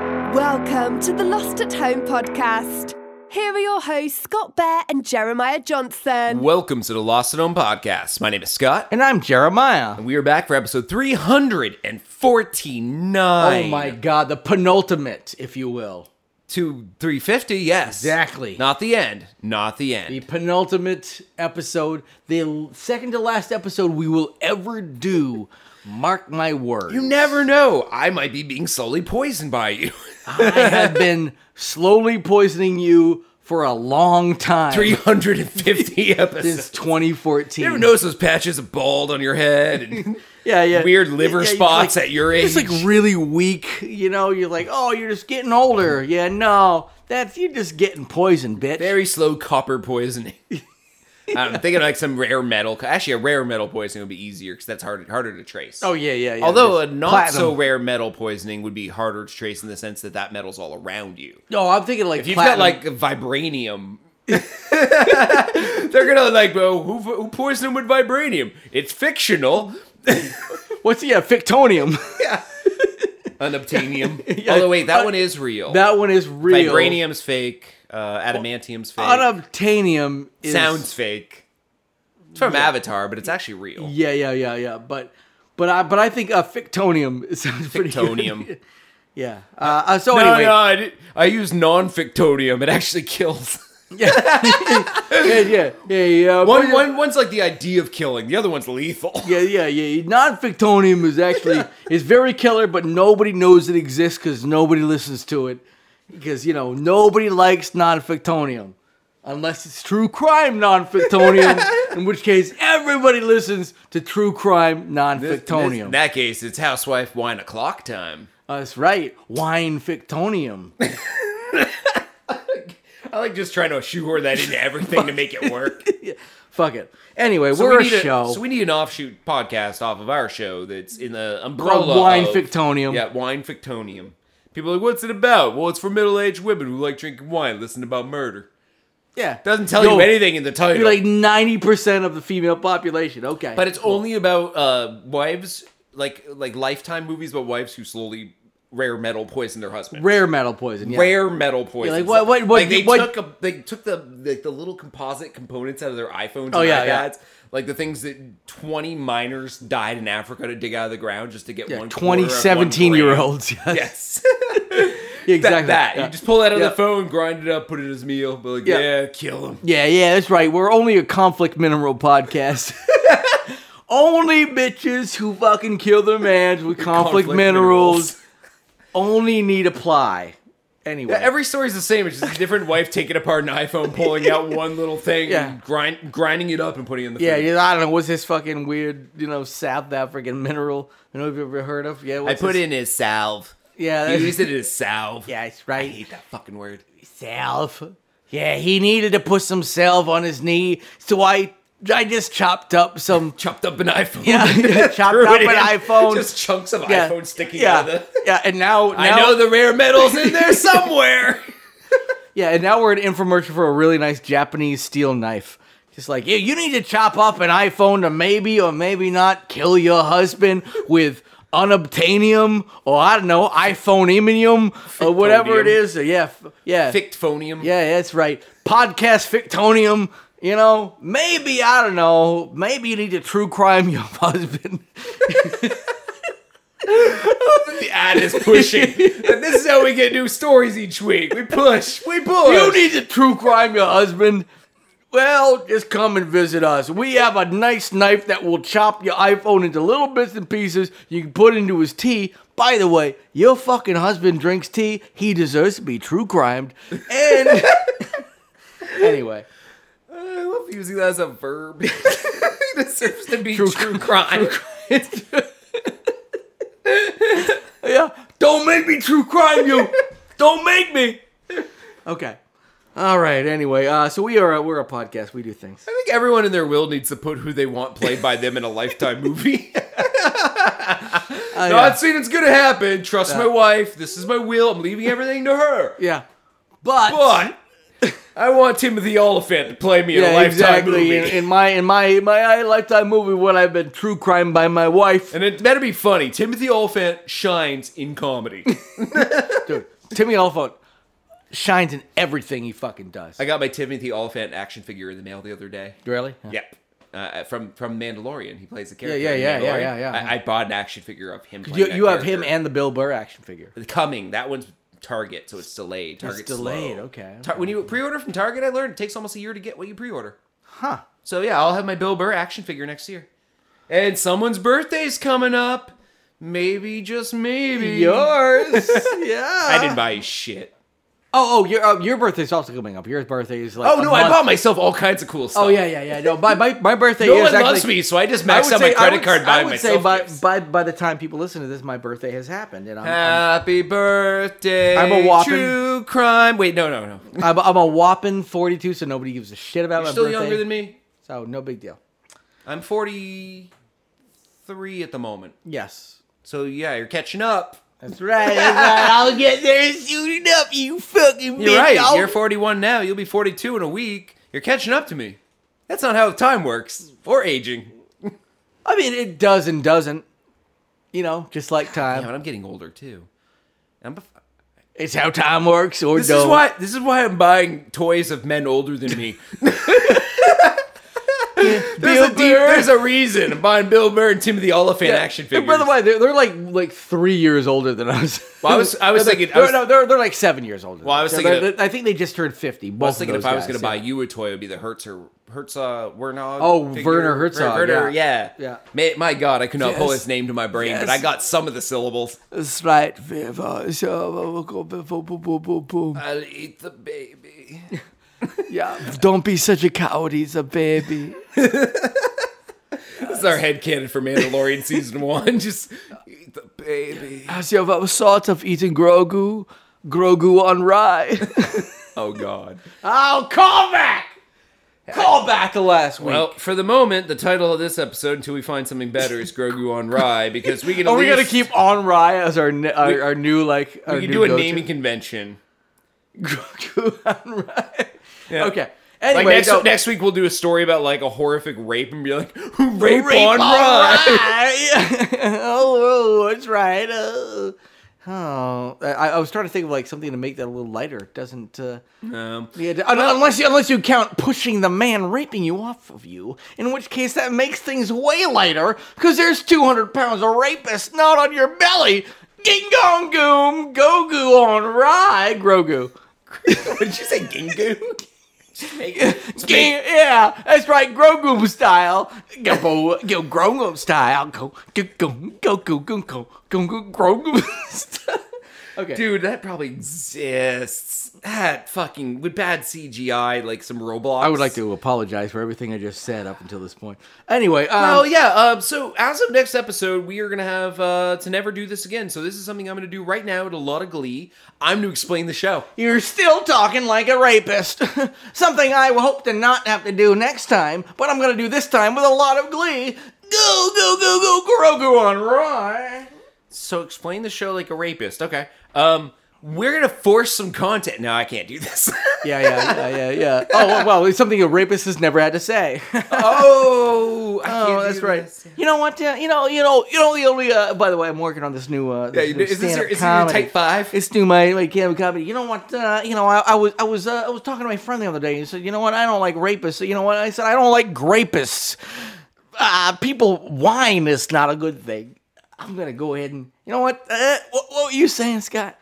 Welcome to the Lost at Home podcast. Here are your hosts, Scott Bear and Jeremiah Johnson. Welcome to the Lost and Home podcast. My name is Scott, And I'm Jeremiah. and we are back for episode 349. Oh my god, the penultimate, if you will. To 350, yes. Exactly. Not the end. Not the The end. penultimate episode, the l- second to last episode we will ever do. Mark my words. You never know. I might be being slowly poisoned by you. I have been slowly poisoning you for a long time 350 since episodes. 2014. You ever notice those patches of bald on your head and yeah, yeah. weird liver Yeah, yeah, spots like- at your age? It's like really weak, you know. You're like, oh, you're just getting older. Yeah, no, that's you're just getting poisoned, bitch. Very slow copper poisoning. I'm thinking like some rare metal. Actually, a rare metal poisoning would be easier because that's harder harder to trace. oh yeah, yeah. yeah Although a just not platinum. so rare metal poisoning would be harder to trace in the sense that that metal's all around you. No, I'm thinking like If you've platinum. got like vibranium, they're gonna like, well, who, who poisoned him with vibranium? It's fictional, what's yeah, fictonium. unobtainium. Yeah. Although wait, that Uh, one is real. that one is real. Vibranium's fake. Uh, adamantium's fake. Unobtainium is Sounds fake. It's from Avatar, but it's actually real. Yeah, yeah, yeah, yeah. But but I but I think uh, fictonium sounds pretty good. Fictonium. yeah. Uh, uh, so No, anyway, no, I, di- I use non-fictonium. It actually kills. yeah, yeah, yeah, Oh, yeah. One, but- one, one's like the idea of killing. The other one's lethal. Yeah, yeah, yeah. Non-fictonium is actually is very killer, but nobody knows it exists because nobody listens to it. Because you know nobody likes non-fictonium, unless it's true crime non-fictonium, in which case everybody listens to true crime In non-fictonium. that case, it's housewife wine o'clock time. That's right, wine fictonium. I like just trying to shoehorn that into everything to make it work. Fuck it. Anyway, So we're we a need show. so we need an offshoot podcast off of our show that's in the umbrella Called Wine of- Fictonium. Yeah, wine fictonium. People are like, what's it about? Well, it's for middle-aged women who like drinking wine, listen about murder. yeah, Doesn't tell Yo, you anything in the title, You're like ninety percent of the female population. Okay, but it's only about uh, wives, like like lifetime movies about wives who slowly rare metal poison their husband. rare metal poison. Yeah. rare metal poison. like, what- what- what- Like, they what- took a, they took the like the little composite components out of their iPhones. Oh, and yeah, yeah. iPads, Like the things that twenty miners died in Africa to dig out of the ground just to get Yeah, one. quarter of 20 one 17 gram. year olds. Yes. Yes, exactly. Yeah, exactly. That, that. Yeah. you just pull that out Yeah. of the phone, grind it up, put it in his meal. But like, Yeah. yeah, kill him. yeah, yeah, that's right. We're only a conflict mineral podcast. only bitches who fucking kill their mans with conflict, Conflict minerals, only need apply. Anyway. Every story's the same. It's just a different wife taking apart an iPhone, pulling out one little thing, Yeah. and grind, grinding it up, and putting it in the yeah, food. yeah, I don't know. What's this fucking weird, you know, South African mineral? I don't know if you've ever heard of. Yeah, I what's put this? in his salve. Yeah, He used it as salve. yeah, it's right. I hate that fucking word. Salve. Yeah, he needed to put some salve on his knee, so I, I just chopped up some chopped up an iPhone. Yeah, chopped Threw up it an in. iPhone. Just chunks of iPhone sticking yeah, out of the. yeah, and now, now I know the rare metal's in there somewhere. yeah, and now we're an infomercial for a really nice Japanese steel knife. Just like, yeah, you need to chop up an iPhone to maybe or maybe not kill your husband with unobtainium or I don't know, iPhone or whatever it Fictonium. is. Yeah, f- yeah, Fictphonium. yeah, that's right. Podcast fictonium. You know, maybe I don't know. Maybe you need to true crime your husband. The ad is pushing. and this is how we get new stories each week. We push. We push. You need to true crime your husband. Well, just come and visit us. We have a nice knife that will chop your iPhone into little bits and pieces. You can put into his tea. By the way, your fucking husband drinks tea. He deserves to be true crimed. And anyway, I love using that as a verb. it deserves to be true, crime. yeah, don't make me true crime you. don't make me. Okay. All right. Anyway, uh, so we are a, we're a podcast. We do things. I think everyone in their will needs to put who they want played by them in a lifetime movie. Uh, yeah. Not seen it's gonna happen. Trust my wife. This is my will. I'm leaving everything to her. yeah. But I want Timothy Oliphant to play me in a lifetime movie. In, in my in my in my uh, lifetime movie, when I've been true crime by my wife, and it better be funny. Timothy Oliphant shines in comedy. dude, Timmy Elephant shines in everything he fucking does. I got my Timothy Oliphant action figure in the mail the other day. really? Yep. Uh, from from Mandalorian, he plays the character. yeah, in yeah, yeah, Mandalorian. yeah, yeah. I, I bought an action figure of him. You, playing that you have him character. and the Bill Burr action figure. coming. That one's Target, so it's delayed. Target's delayed, slow. okay, Tar- when you pre-order from Target, I learned it takes almost a year to get what you pre-order. Huh. So yeah, I'll have my Bill Burr action figure next year. And someone's birthday's coming up. Maybe just maybe Yours. yeah. I didn't buy shit. Oh, oh, your uh, your birthday's also coming up. Your birthday is like. Oh a no, I month- bought myself all kinds of cool stuff. Oh yeah, yeah, yeah. No, my my, my birthday No is one actually. loves me, so I just I maxed would out say- my credit I would, card I buying would say myself. by, gifts. by by the time people listen to this, my birthday has happened, and I'm, I'm, Happy birthday. I'm a whopping- true crime. Wait, no, no, no. You're I'm, I'm a whopping 42, so nobody gives a shit about my still birthday. younger than me. so no big deal. I'm 43 at the moment. Yes, So yeah, you're catching up. that's right. That's right. I'll get there soon enough. You fucking. You're bitch. right. I'll- You're 41 now. You'll be 42 in a week. You're catching up to me. That's not how time works or aging. I mean, it does and doesn't. You know, just like Yeah, time. but I'm getting older too. I'm bef- It's how time works, or this don't. is why this is why I'm buying toys of men older than me. there's, a Bill deep, Burr. there's a reason I'm buying Bill Burr and Timothy Oliphant Yeah. action And figures. By the way, they're, they're like like three years older than us. Well, I was- I was They're like- thinking- I they're- was- no, they're, they're like seven years older. Well, I was thinking they're- I think they just turned fifty. I was thinking if I was going to buy you a toy, it would be the Herzer Herzog Wernog. Oh, figure. Werner Herzog, uh, Werner, yeah. yeah, Yeah. Ma- My, God, I could not pull Yes. his name to my brain, but Yes. I got some of the syllables. That's right, Viva. So, uh, boom, boom, boom, boom, boom. I'll eat the baby. Yeah. Don't be such a coward. He's a baby. This is our headcanon for Mandalorian season one. Just eat the baby. Has you ever thought of eating Grogu? Grogu on rye. Oh God. oh, call back. Call back to last week. Well, for the moment, the title of this episode, until we find something better, is Grogu on Rye because we can. at Are Oh, we gonna least- keep on rye as our ne- our, our new like? Our We can new do a go-to? naming convention. Grogu on rye. Yeah. Okay. Anyway, Like next, so- next week, we'll do a story about like a horrific rape and be like, "Who rape, rape, on on Rye?" rye. oh, oh, it's right. Oh, Oh. I, I was trying to think of like something to make that a little lighter. It doesn't. Uh, Um, yeah, d- un- unless you unless you count pushing the man raping you off of you, in which case that makes things way lighter because there's 200 pounds of rapist not on your belly. Ding dong goom, go goo on rye, grogu. what did you say, Gingu? Ging- yeah, that's right, Grogu style. Go, go, go Grogu style. Go, go, go, go, go, go, go, go, go, Grogu style. Okay. Dude, that probably exists. That fucking with bad CGI, like some Roblox. I would like to apologize for everything I just said up until this point. Anyway, um, Oh yeah. Uh, so as of next episode, we are gonna have uh, to never do this again. So this is something I'm gonna do right now with a lot of glee. I'm to explain the show. you're still talking like a rapist. Something I hope to not have to do next time, but I'm going to do this time with a lot of glee. Go, go, go, go, Grogu on rye. So explain the show like a rapist. Okay. Um, we're gonna force some content. No, I can't do this. Yeah, yeah, yeah, yeah, yeah. Oh, well, it's something a rapist has never had to say. oh, I Oh, can't that's do right. this. You know what? Uh, you know, you know, you know. The only. Uh, by the way, I'm working on this new. Uh, Yeah, this you new do- is this your, stand-up is this your comedy. type five? It's new my my stand-up comedy. You know what? Uh, you know, I, I was I was uh, I was talking to my friend the other day. He said, you know what? I don't like rapists. You know what? I said I don't like rapists. Uh, people whine is not a good thing. I'm gonna go ahead and you know what? Uh, what, what were you saying, Scott?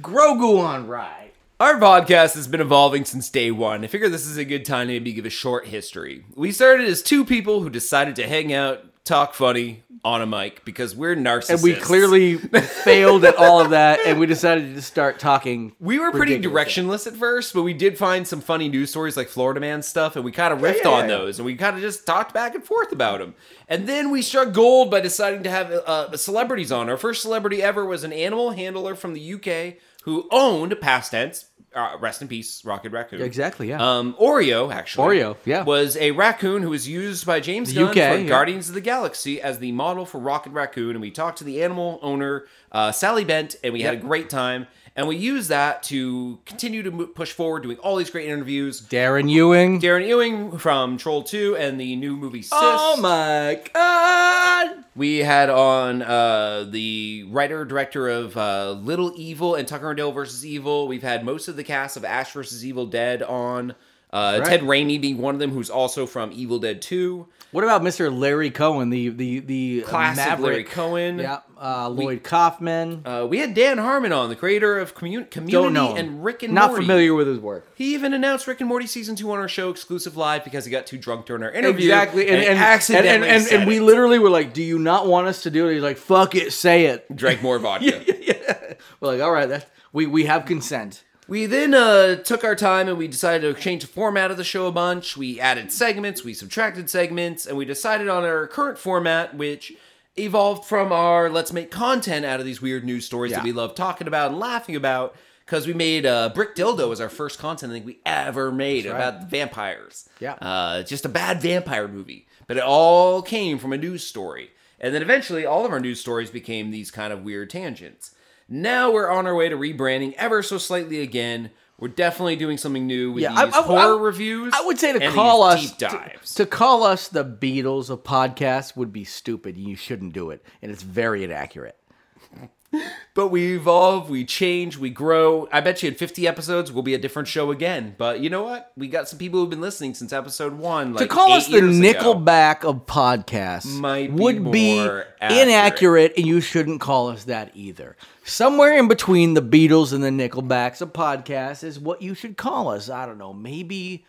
Grogu on rye. Our podcast has been evolving since day one. I figure this is a good time to maybe give a short history. We started as two people who decided to hang out, talk funny on a mic because we're narcissists. And we clearly failed at all of that, and we decided to just start talking. We were pretty Ridiculous. directionless at first, but we did find some funny news stories like Florida Man stuff, and we kind of riffed yeah, on yeah. those, and we kind of just talked back and forth about them. And then we struck gold by deciding to have uh, celebrities on. Our first celebrity ever was an animal handler from the UK who owned Past Tense. Uh, rest in peace, Rocket Raccoon. Exactly, yeah. Um, Oreo, actually. Oreo, yeah. Was a raccoon who was used by James The Gunn UK, for yeah. Guardians of the Galaxy as the model for Rocket Raccoon. And we talked to the animal owner, uh, Sally Bent, and we had a great time. and we use that to continue to mo- push forward, doing all these great interviews. Darren Ewing. Darren Ewing from Troll Two and the new movie Sis. oh my god! We had on uh, the writer director of uh, Little Evil and Tucker and Dale versus Evil. We've had most of the cast of Ash versus Evil Dead on. Uh, Right. Ted Raimi being one of them, who's also from Evil Dead Two. What about Mr. Larry Cohen, the the the Classic Maverick? Larry Cohen. Yeah, uh, Lloyd Kaufman. Uh, we had Dan Harmon on, the creator of Commun- Community Don't know him. and Rick and Not Morty. familiar with his work. He even announced Rick and Morty season two on our show exclusive live because he got too drunk during our interview. Exactly, and and and, accidentally and, and, said and we it. literally were like, "Do you not want us to do it?" He's like, "Fuck it, say it." drank more vodka. We're like, "All right, that we we have consent." We then uh, took our time and we decided to change the format of the show a bunch. We added segments, we subtracted segments, and we decided on our current format, which evolved from our let's make content out of these weird news stories that Yeah. we love talking about and laughing about. Because we made uh, Brick Dildo as our first content I think we ever made right. about vampires. Yeah. Uh, just a bad vampire movie. But it all came from a news story. And then eventually all of our news stories became these kind of weird tangents. Now we're on our way to rebranding ever so slightly again. We're definitely doing something new with Yeah, I- these I- I- horror reviews. I would say to and call these us deep to- dives. To, call us the Beatles of podcasts would be stupid. You shouldn't do it, and it's very inaccurate. but we evolve, we change, we grow. I bet you in 50 episodes we'll be a different show again. But you know what? We got some people who've been listening since episode one. Like to call eight us the years ago. Nickelback of podcasts Might be would be more accurate. inaccurate, and you shouldn't call us that either. Somewhere in between the Beatles and the Nickelbacks of podcasts is what you should call us. I don't know, maybe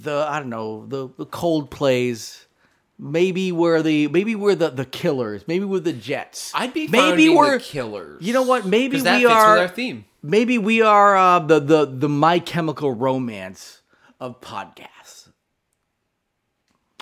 the I don't know the the Coldplays. Maybe we're the maybe we're the the Killers. Maybe we're the Jets. I'd be maybe we're killers. You know what? Maybe 'Cause that we fits are with our theme. Maybe we are uh, the the the My Chemical Romance of podcasts.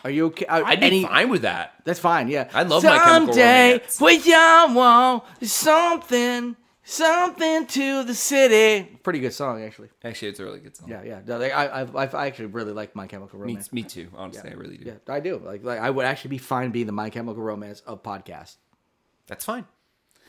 Are you okay? Are I'd be any- fine with that. That's fine. Yeah, I love My Chemical Romance. Someday we all want something, something to the city. Pretty good song, actually. Actually, it's a really good song. Yeah, yeah. No, they- I, I, I actually really like My Chemical Me, Romance. me too. Honestly, I really do. Yeah, I do. Like, like I would actually be fine being the My Chemical Romance of podcasts. That's fine.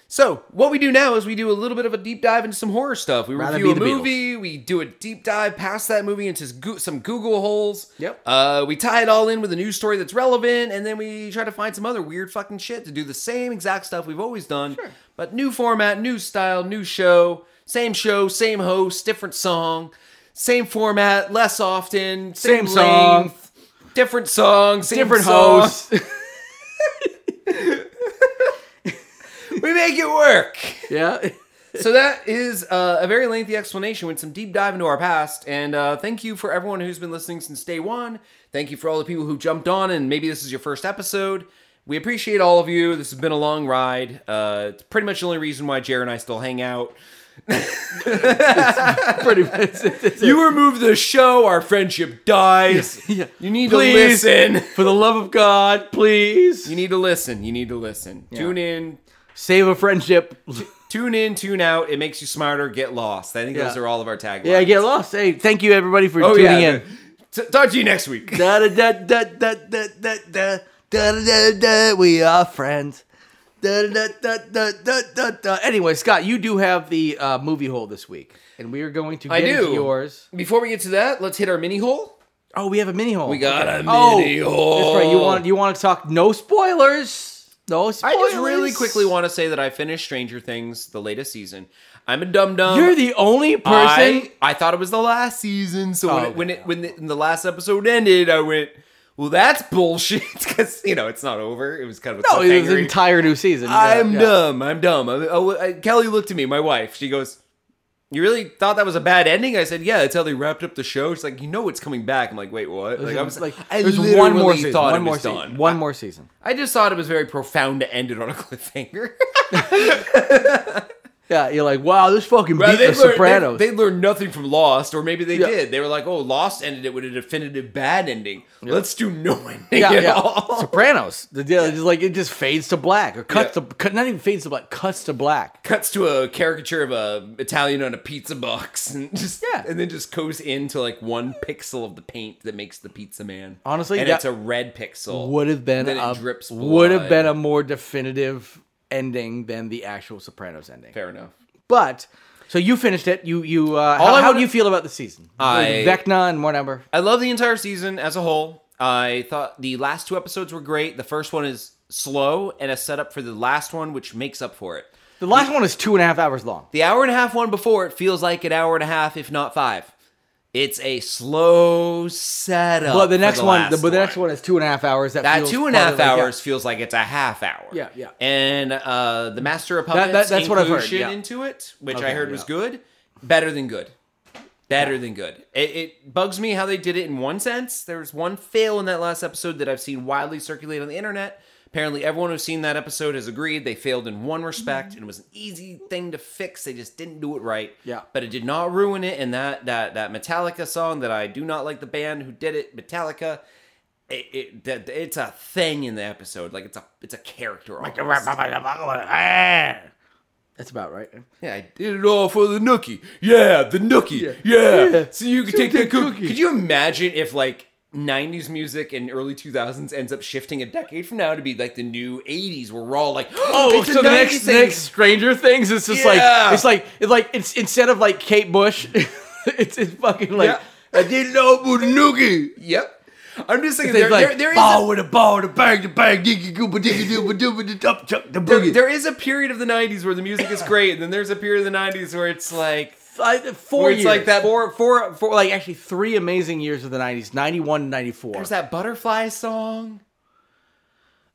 So what we do now is we do a little bit of a deep dive into some horror stuff. We Rather review a be the Beatles. movie. We do a deep dive past that movie into goo- some Google holes. Yep. Uh, we tie it all in with a news story that's relevant, and then we try to find some other weird fucking shit to do the same exact stuff we've always done, but new format, new style, new show, same show, same host, different song, same format, less often, same, Same song. length, different song, same Different song. hosts. We make it work. yeah. so that is uh, a very lengthy explanation with some deep dive into our past and uh, thank you for everyone who's been listening since day one thank you for all the people who jumped on and maybe this is your first episode we appreciate all of you this has been a long ride uh, it's pretty much the only reason why jared and i still hang out Pretty much. It's- it's- you remove the show our friendship dies yeah. you need Please. to listen For the love of God, please. you need to listen you need to listen tune in Save a friendship. tune in tune out it makes you smarter get lost i think those Yeah. are all of our taglines Yeah, get lost. Hey, thank you everybody for oh tuning yeah in. T- talk to you next week da da da da da da da da da da da da. We are friends. Da da da da da da da. Anyway, Scott, you do have the uh, movie hole this week, and we are going to get I into do. yours. Before we get to that, let's hit our mini hole. Oh, we have a mini hole. We got a Oh, mini hole. That's right. You want you want to talk? No spoilers. No I spoilers. just really quickly want to say that I finished Stranger Things, the latest season. I'm a dum dum. You're the only person. um, I, I thought it was the last season, so when Oh, it, when okay. it when the, when the last episode ended, I went, "Well, that's bullshit," because you know it's not over. It was kind of a no, it was an cliffhanger. entire new season. Yeah, I'm yeah. dumb. I'm dumb. I, I, I- Kelly looked at me, my wife. She goes, "You really thought that was a bad ending?" I said, "Yeah, that's how they wrapped up the show." She's like, "You know it's coming back." I'm like, "Wait, what?" Like I was like, "I there's literally one more season. thought One it more was season. done. One more season. I just thought it was very profound to end it on a cliffhanger. Yeah, you're like, wow, this fucking beat they, the Sopranos. they, learned nothing from Lost, or maybe they Yeah. did. They were like, "Oh, Lost ended it with a definitive bad ending. Let's do no ending yeah, at yeah. all." Sopranos. The deal is like it just fades to black or cuts Yeah. to cut, not even fades to black, cuts to black. Cuts to a caricature of a Italian on a pizza box, and just Yeah. and then just goes into like one pixel of the paint that makes the pizza man. Honestly, and yeah. it's a red pixel. Would have been Then it a drips would have blood. been a more definitive ending than the actual Sopranos ending. fair enough. But So you finished it. You you. Uh, All how, I how wanna- do you feel about the season? I- Vecna and whatever. I love the entire season as a whole. I thought the last two episodes were great. The first one is slow and a setup for the last one, which makes up for it. The last one is two and a half hours long. The hour and a half one before it feels like an hour and a half, if not five. It's a slow setup. But the Oh, for next one, the, last but the next one is two and a half hours. That, That feels two and a half probably like- yeah. hours feels like it's a half hour. Yeah, yeah. And uh, the Master of Puppets that- that's what I've heard, inclusion yeah. into it, which I Okay, heard was yeah. good, better than good, better than good. It, it bugs me how they did it in one sense. There was one fail in that last episode that I've seen widely circulate on the internet. Apparently, everyone who's seen that episode has agreed they failed in one respect, and it was an easy thing to fix. They just didn't do it right. Yeah. but it did not ruin it. And that that that Metallica song that I do not like the band who did it, Metallica it, it that it's a thing in the episode. Like it's a it's a character. almost. That's about right. Yeah, I did it all for the nookie. Yeah, the nookie. Yeah, Yeah. so you can So take that take cookie. cookie. Could you imagine if like? 90s music and early 2000s ends up shifting a decade from now to be like the new 80s where we're all like Oh, it's so a the next 90s thing." next Stranger Things is just Yeah. like it's like it's like it's instead of like Kate Bush, it's it's fucking like Yeah. I didn't know about the noogie. yep i'm just saying They there, like there, there is a- ball with a ball, the bang, the bang, diggy gooba, diggy dooba, dooba, the dump, chuck, the there- boogie. there is a period of the 90s where the music is great and then there's a period of the 90s where it's like I- four where it's years. like that four, four, four, like actually three amazing years of the '90s, '91, '94. there's that butterfly song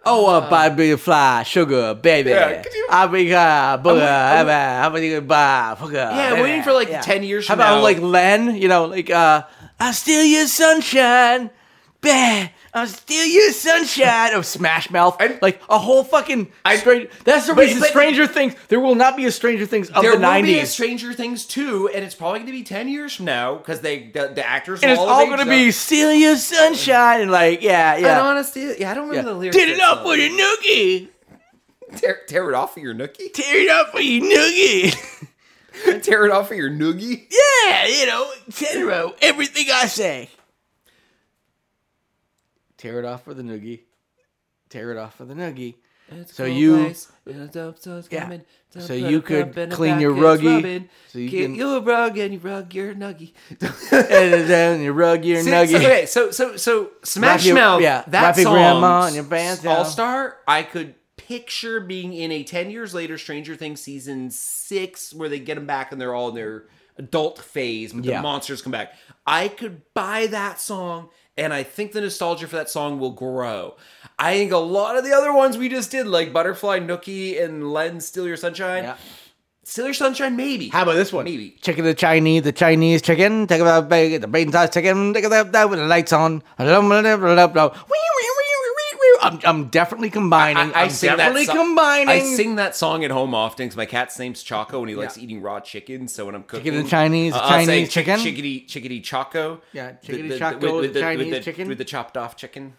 Oh, uh, by big fly, sugar, baby. Yeah, could you- I be uh, booger, I'm- I'm, I'm, gonna buy, fucker. Yeah, I'm waiting for, like, 10 years How from about now. like Len? You know, like uh, I steal your sunshine, bah, I steal your sunshine. Oh, Smash Mouth, I- like a whole fucking. I- straight, that's the But- reason but- Stranger Things. There will not be a Stranger Things of there the will be a '90s. Stranger Things 2, and it's probably going to be 10 years from now because they the, the actors and will it's have all aged gonna up. be steal your sunshine, and like yeah, I yeah. don't honestly, yeah, I don't remember the yeah. lyrics. Did to it that up song. for your nookie. Tear, tear it off for your nookie. Tear it up for your noogie. tear it off for your noogie. Yeah, you know, Tenro, everything I say. Tear it off for the noogie. Tear it off for the noogie. So you- Oh, Yeah. So you could clean your ruggie, so you you Get can- your rug and you rug your nuggie. and then you rug your See, nugget. So, okay, so so so Smash Wrap your- Mouth, yeah, yeah, that wrap your song, grandma and your bands down. All Star. I could picture being in a ten years later Stranger Things season six where they get them back and they're all in their adult phase, but Yeah. the monsters come back. I could buy that song. And I think the nostalgia for that song will grow. I think a lot of the other ones we just did, like Butterfly Nookie and Len Steal Your Sunshine, Yeah. Steal Your Sunshine, maybe. How about this one? Maybe. Chicken the Chinese, the Chinese chicken. Take about bacon, the bacon sauce chicken. Take about that with the lights on. I'm, I'm definitely combining. I, I am sing definitely that song. combining. I sing that song at home often because my cat's name's Choco and he likes eating raw chicken. So when I'm cooking and Chinese, uh, I'll say Chinese chi- chicken? chickadee, chickadee Choco. Yeah, The- chickadee the- the- Choco, with- with the the- with Chinese the- chicken. with the chopped off chicken.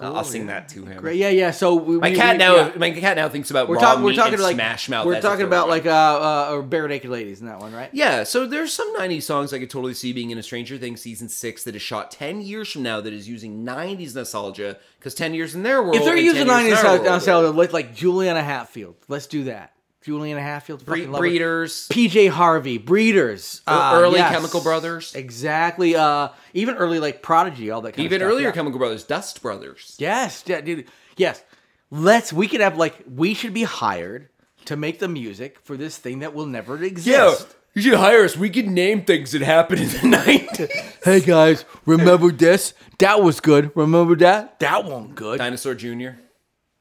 I'll, I'll sing that to him. Great. Yeah, yeah. So we, My we, cat we, now, yeah. my cat now thinks about We're raw talking. We're meat talking and like smash mouth. We're as a talking about throwaway. like uh, uh or bare naked ladies in that one, right? Yeah, so there's some 90s songs I could totally see being in a Stranger Things season six that is shot 10 years from now that is using 90s nostalgia because 10 years in their world. If they're and 10 using years in nineties our world, nostalgia, like, like Juliana Hatfield, let's do that. Juliana Hatfield, Bre- fucking love her. breeders. PJ Harvey, Breeders, uh, early yes. Chemical Brothers. exactly. Uh, even early like Prodigy, all that. Kind Even of stuff, earlier yeah. Chemical Brothers, Dust Brothers. Yes, yeah, dude. Yes, let's. We could have like we should be hired to make the music for this thing that will never exist. you should hire us. We could name things that happened in the 90s. Hey guys, remember this? That was good. Remember that? That one good. Dinosaur Jr.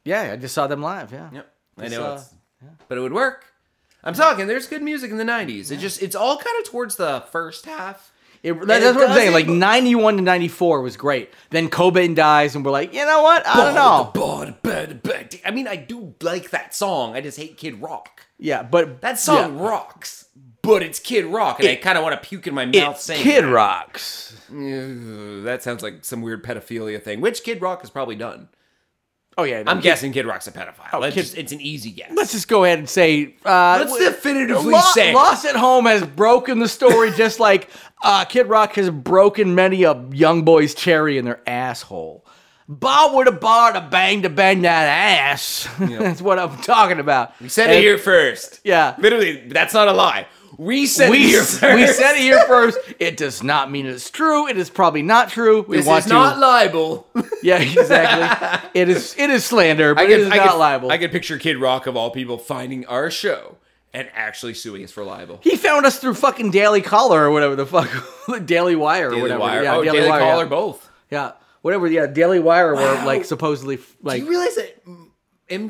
Yeah, I just saw them live. Yeah. Yep. I It's, know uh, it's, but it would work. I'm talking, there's good music in the 90s. It just, it's all kind of towards the first half. It, that- And that's it what I'm saying. doesn't- Like 91 to 94 was great. Then Cobain dies, and we're like, you know what? I don't Oh, know. I mean, I do like that song. I just hate Kid Rock. Yeah, but That song rocks, but it's Kid Rock, and I kind of want to puke in my yeah, mouth it's saying Kid Rocks. Ugh, that sounds like some weird pedophilia thing, which Kid Rock has probably done. Oh yeah, I'm Kid- guessing Kid Rock's a pedophile. Let's Oh, Kid- just- it's an easy guess. Let's just go ahead and say. Uh, Let's w- definitively Lo- say- Lost at Home has broken the story, just like uh, Kid Rock has broken many a young boy's cherry in their asshole. Bar with a bar to bang to bang that ass. that's what I'm talking about. we said And- it here first. Yeah. Literally, that's not a lie. We said it We, we here first. said it here first. It does not mean it's true. It is probably not true. We This want is not to. libel. yeah, exactly. it is. It is slander, but I it could, is I not could- libel. I could picture Kid Rock of all people finding our show and actually suing us for libel. he found us through fucking Daily Caller or whatever the fuck, Daily Wire or Daily whatever. Wire. Yeah, oh, Daily, Wire, Call yeah. or both. Yeah, whatever. Yeah, Daily Wire were like supposedly f- Do like you realize that mm,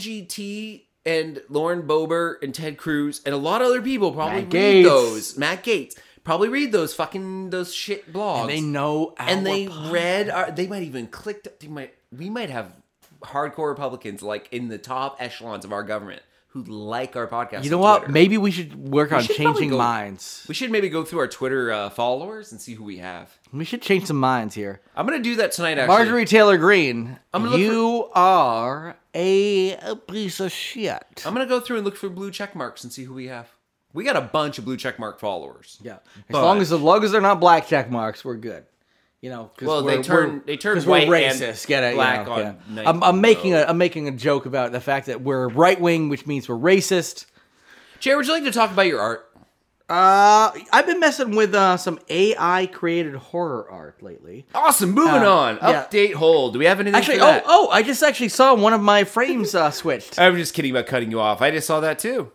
MGT and Lauren Boebert and Ted Cruz and a lot of other people probably Matt read Gaetz. those? Matt Gates probably read those fucking those shit blogs. they know our and they pod- read our. They might even clicked. They might. We might have hardcore Republicans like in the top echelons of our government who like our podcast. You know on what? Twitter. Maybe we should work on should probably changing go- minds. we should maybe go through our Twitter uh, followers and see who we have. We should change some minds here. I'm gonna do that tonight. Actually, Marjorie Taylor Greene, gonna look you are a piece of shit. I'm gonna go through and look for blue check marks and see who we have. We got a bunch of blue check mark followers. yeah, as But- long as as long as they're not black check marks, we're good. You know, 'cause Well, they we're- turn- we're- they turn 'cause white we're and racist. Get it? black you know, on yeah. night I'm, I'm making a mode. I'm making a joke about the fact that we're right wing, which means we're racist. Jared, would you like to talk about your art? Uh, I've been messing with uh, some AI created horror art lately. Awesome. Moving Uh, on. yeah. Update hold. Do we have anything? Actually, for oh that? oh, I just actually saw one of my frames uh, switched. I'm just kidding about cutting you off. I just saw that too.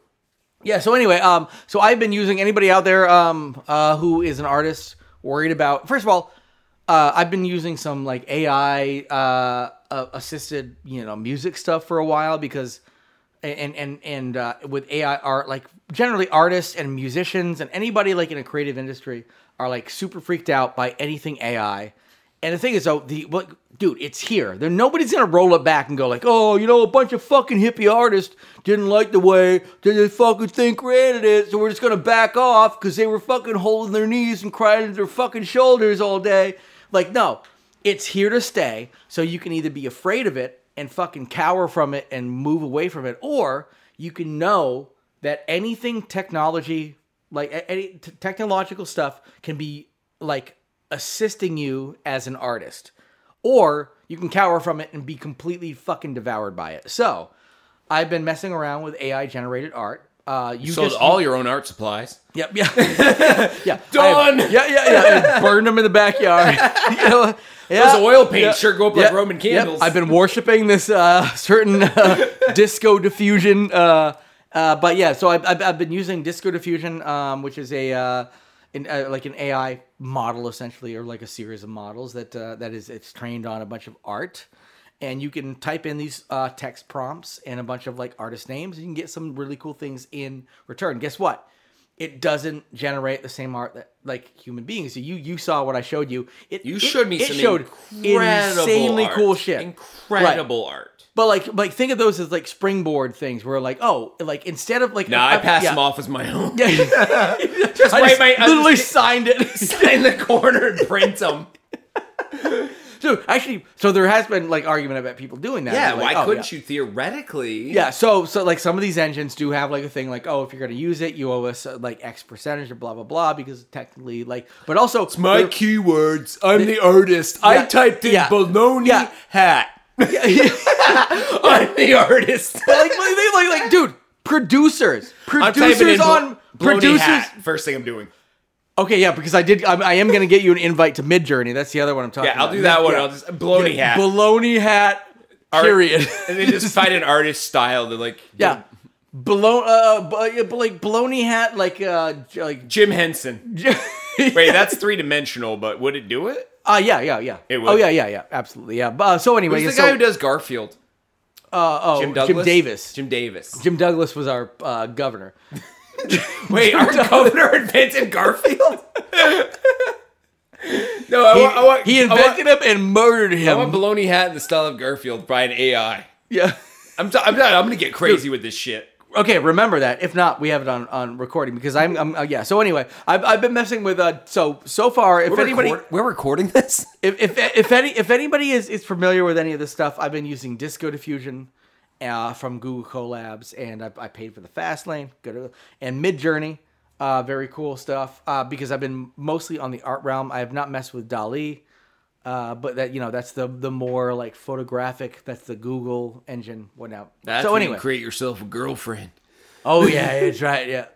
Yeah. So anyway, um, so I've been using anybody out there um, uh, who is an artist worried about. First of all, uh, I've been using some like AI uh, uh, assisted, you know, music stuff for a while because, and and and uh, with AI art, like generally artists and musicians and anybody like in a creative industry are like super freaked out by anything AI. And the thing is, though, the what, dude, it's here. There, nobody's gonna roll it back and go like, oh, you know, a bunch of fucking hippie artists didn't like the way that this fucking thing created it, so we're just gonna back off because they were fucking holding their knees and crying into their fucking shoulders all day. Like, no, it's here to stay. So you can either be afraid of it and fucking cower from it and move away from it, or you can know that anything technology like a- any t- technological stuff can be like assisting you as an artist or you can cower from it and be completely fucking devoured by it so i've been messing around with ai generated art uh you Sold just, all your own art supplies. yep yeah yeah Done! I have- yeah yeah yeah I burned them in the backyard you know, yeah, Those oil paint Uh, yeah, sure go up like Roman candles. I've been worshiping this uh, certain uh, disco diffusion. Uh, uh, but yeah, so I've, I've, I've been using disco diffusion, um, which is a uh, an, uh, like an AI model essentially, or like a series of models that uh, that is it's trained on a bunch of art. And you can type in these uh, text prompts and a bunch of like artist names, and you can get some really cool things in return. Guess what? it doesn't generate the same art that like human beings. So you you saw what I showed you. It You it- showed me it some showed incredible insanely art. cool shit. Right. Incredible art. But like like think of those as like springboard things where like oh like instead of like Nah, I passed Uh, yeah. them off as my own. Yeah, yeah. just I write just my I literally just signed it. sit in the corner and print them. Dude, actually, so there has been like argument about people doing that. Yeah, Like, why oh, couldn't yeah. you theoretically? Yeah, so so like some of these engines do have like a thing like oh if you're gonna use it you owe us uh, like X percentage or blah blah blah because technically like but also it's keywords. I'm the artist. I Yeah. Yeah. baloney Yeah. hat. I'm the artist. like, like, they- like, like, dude, producers, I'm typing in producers on blo- baloney producers. hat, First thing I'm doing. Okay, yeah, because I did. I'm, I am gonna get you an invite to Mid Journey. That's the other one I'm talking. Yeah, I'll about. do that one. Yeah. I'll just baloney hat. Baloney hat. Period. and then just find an artist style. They're like, yeah. Baloney, uh, bu- yeah, but like baloney hat, like, uh, j- like, Jim Henson. Wait, that's three dimensional, but would it do it? uh, yeah, yeah, yeah. It would. oh yeah, yeah, yeah, absolutely, yeah. But, uh, so anyway, Who's the so, guy who does Garfield? uh, oh, Jim Douglas. Davis. Jim, Jim Davis. Douglas was our uh, governor. Wait, our governor invented Garfield? no, I He, want, Oh, I want. he I want- invented him and murdered I want him. baloney hat in the style of Garfield by an AI. yeah. I'm t- I'm, not, I'm gonna get crazy with this shit. Okay, remember that. If not, we have it on, on recording because I'm, I'm uh, yeah. So anyway, I've, I've been messing with uh. So so far, if anybody we're recording this. if, if if any if anybody is is familiar with any of this stuff, I've been using Disco Diffusion, uh, from Google Collabs, and I, I paid for the fast lane. Good and Mid Journey, uh, very cool stuff. Uh, because I've been mostly on the art realm. I have not messed with Dali. Uh, but that you know that's the the more like photographic that's the Google engine whatnot. That's so when you anyway, create yourself a girlfriend. oh yeah, it's right, yeah.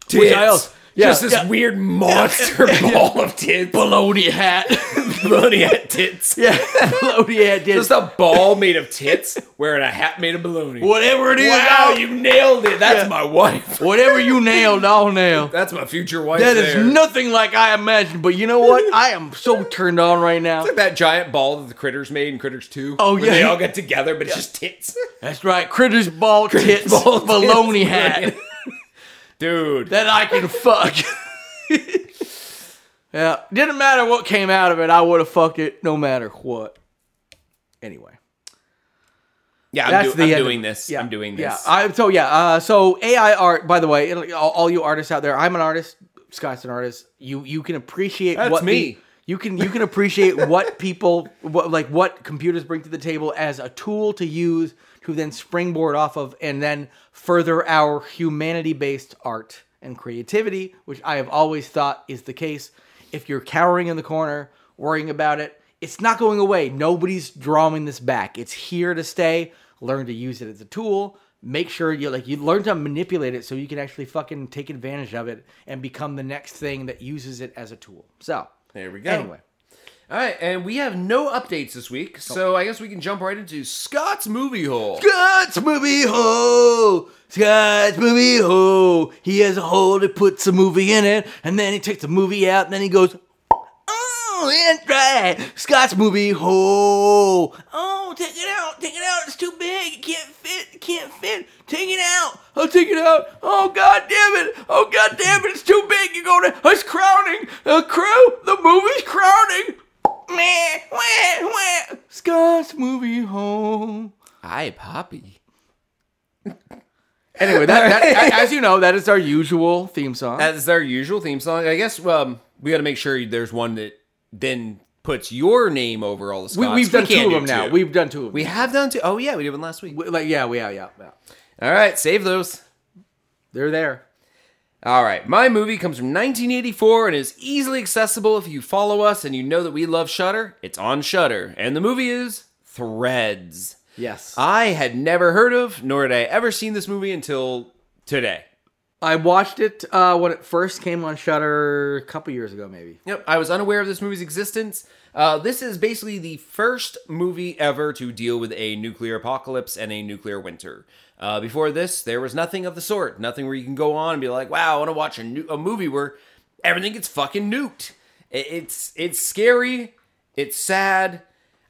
tits. else? Yeah, Just this yeah. weird monster ball of tits. Baloney hat. Bloody at tits. yeah, baloney hat. Did. Just a ball made of tits wearing a hat made of baloney. Whatever it is, Wow, I'll- you nailed it. That's Yeah. my wife. whatever you nailed, I'll nail. That's my future wife. That there. is nothing like I imagined. But you know what? I am so turned on right now. that giant ball that the critters made in Critters 2. Oh, where yeah. They all got together, but it's just tits. That's right, critters ball tits, ball tits, baloney hat Dude. that I can fuck. yeah, didn't matter what came out of it. I would have fucked it no matter what. Anyway. yeah, I'm, That's do- the I'm end of- doing this. I'm doing this. Yeah. I, so yeah. Uh, so AI art. By the way, it'll- all, all you artists out there, I'm an artist. Scott's an artist. You you can appreciate That's what the- me. you can you can appreciate what people what like what computers bring to the table as a tool to use to then springboard off of and then further our humanity based art and creativity, which I have always thought is the case. If you're cowering in the corner, worrying about it, it's not going away. Nobody's drawing this back. It's here to stay. Learn to use it as a tool. Make sure you like you learn to manipulate it so you can actually fucking take advantage of it and become the next thing that uses it as a tool. So There we go. Anyway, All right, and we have no updates this week, so I guess we can jump right into Scott's movie hole. Scott's movie hole. Scott's movie hole. He has a hole to put some movie in it, and then he takes the movie out, and then he goes, "Oh, that's right, Scott's movie hole. Oh, take it out, take it out. It's too big. It can't fit. It can't fit. Take it out. I'll take it out. Oh, god damn it. Oh, god damn it. It's too big. You're going to. It's crowning. The crew. The movie's crowning. Meh, wah, wah. Scott's movie hole. Hi, Poppy. Anyway, that, that, as you know, that is our usual theme song. As our usual theme song, I guess um, we got to make sure there's one that then puts your name over all the we, Scott's. we've done two can't of do them now. two. We've done two of them. we have done two. Oh yeah, we did one last week. We- like yeah, we yeah, yeah, yeah. All right, save those. They're there. All right, my movie comes from 1984 and is easily accessible if you follow us and you know that we love Shutter. It's on Shutter, and the movie is Threads. Yes. I had never heard of, nor had I ever seen this movie until today. I watched it uh, when it first came on Shutter a couple years ago, maybe. Yep, I was unaware of this movie's existence. Uh, this is basically the first movie ever to deal with a nuclear apocalypse and a nuclear winter. Uh, before this, there was nothing of the sort. Nothing where you can go on and be like, "Wow, I want to watch a, nu- a movie where everything gets fucking nuked." I- It's it's scary. It's sad.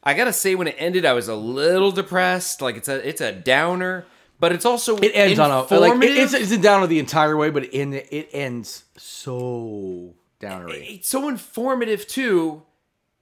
I gotta say, when it ended, I was a little depressed. Like it's a it's a downer, but it's also It ends on a like it, it's, informative. it's a downer the entire way, but in it ends so downery. it's so informative too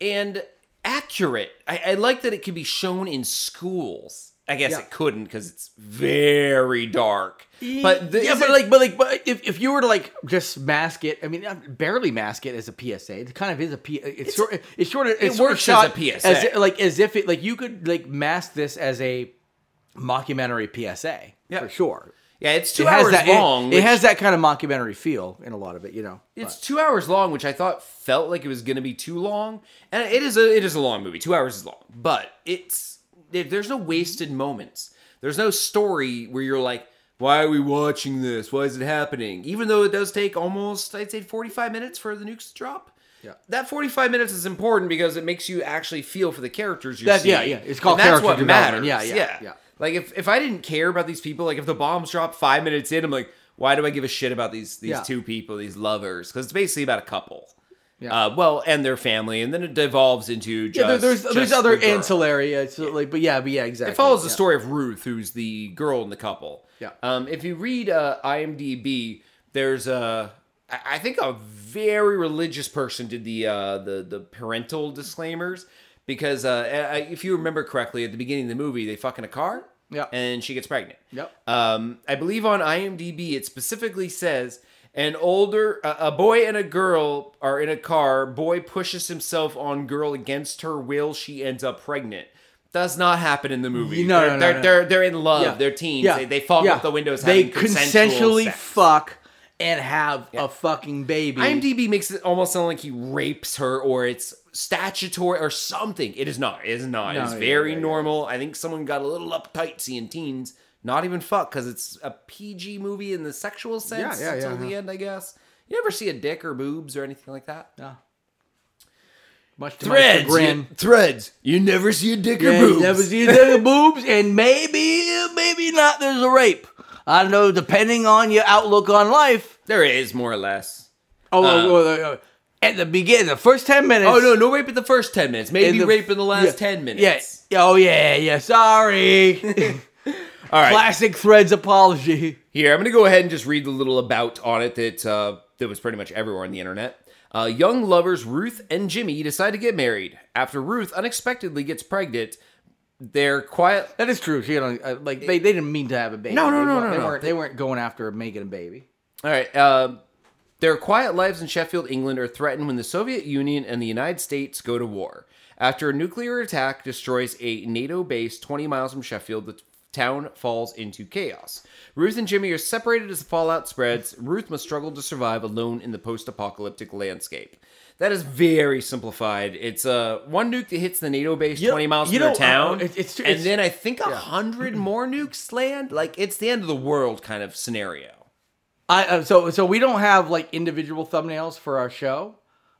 and accurate i, I like that it can be shown in schools i guess Yeah. it couldn't because it's very dark but the, yeah, but like, but like, but if, if you were to like just mask it, I mean, not- barely mask it as a PSA. It kind of is a P. It's sort. It's sort of. It's sort of works as a shot PSA. as- like as if it like you could like mask this as a mockumentary PSA. Yeah. for sure. yeah it's two it has hours that. it- long It, which- has that kind of mockumentary feel in a lot of it. You know. it's two hours long which i thought felt like it was gonna be too long and it is a it is a long movie two hours is long but it's there- there's no wasted moments there's no story where you're like why are we watching this why is it happening even though it does take almost i'd say 45 minutes for the nukes to drop Yeah. that 45 minutes is important because it makes you actually feel for the characters you're That- seeing. yeah, yeah. It's called And that's character what development. matters. Yeah, yeah, yeah, yeah. Like if, if I didn't care about these people, like if the bombs drop five minutes in, I'm like, why do I give a shit about these these Yeah. two people, these lovers? Because it's basically about a couple. Yeah. Uh, well, and their family, and then it devolves into just yeah, there- there's there's just other the girl. ancillary. uh, So like, but yeah, but yeah, exactly. It follows the yeah. story of Ruth, who's the girl in the couple. Yeah. Um, if you read uh, IMDb, there's a I I think a very religious person did the uh, the the parental disclaimers because uh, I- I- if you remember correctly, at the beginning of the movie, they fuck in a car. Yeah. And she gets pregnant. Yep. Um, I believe on IMDb it specifically says an older a, a boy and a girl are in a car. Boy pushes himself on girl against her will. She ends up pregnant. Does not happen in the movie. No, no, they're, no, they're, no. They're, they're in love. Yeah. They're teens. Yeah. They, they fall Yeah. out the windows. They having consensual consensually sex. fuck and have a fucking baby. IMDb makes it almost sound like he rapes her or it's statutory or something. It is not. It is not. No, it's yeah, very yeah, yeah. normal. I think someone got a little uptight seeing teens not even fuck because it's a PG movie in the sexual sense yeah, yeah, until the yeah. end, I guess. You never see a dick or boobs or anything like that. Yeah. Much to Threads, my chagrin. you, threads. You never see a dick or Yeah, boobs. you never see a dick or boobs, and maybe, maybe not. There's a rape. I don't know. Depending on your outlook on life. there is more or less. Oh, oh, oh, oh, at the beginning, the first ten minutes. Oh no, no rape in the first ten minutes. Maybe the- rape in the last yeah, ten Yeah. minutes. Oh yeah. Yeah. Sorry. All right. Classic Threads apology. Here, I'm going to go ahead and just read the little about on it that uh, that was pretty much everywhere on the internet. Uh, young lovers Ruth and Jimmy decide to get married. After Ruth unexpectedly gets pregnant, they're quiet. That is true. She don't, uh, like they, they didn't mean to have a baby. No, no, They no, weren't- no, They no. weren't, they weren't going after making a baby. All right, uh, their quiet lives in Sheffield, England, are threatened when the Soviet Union and the United States go to war. After a nuclear attack destroys a NATO base 20 miles from Sheffield, the town falls into chaos. Ruth and Jimmy are separated as the fallout spreads. Ruth must struggle to survive alone in the post-apocalyptic landscape. That is very simplified. It's uh, one nuke that hits the NATO base You- 20 miles from you their know, uh, town, it- it's- and it's- then I think a hundred more nukes land. Like it's the end of the world kind of scenario. I uh, so so we don't have like individual thumbnails for our show,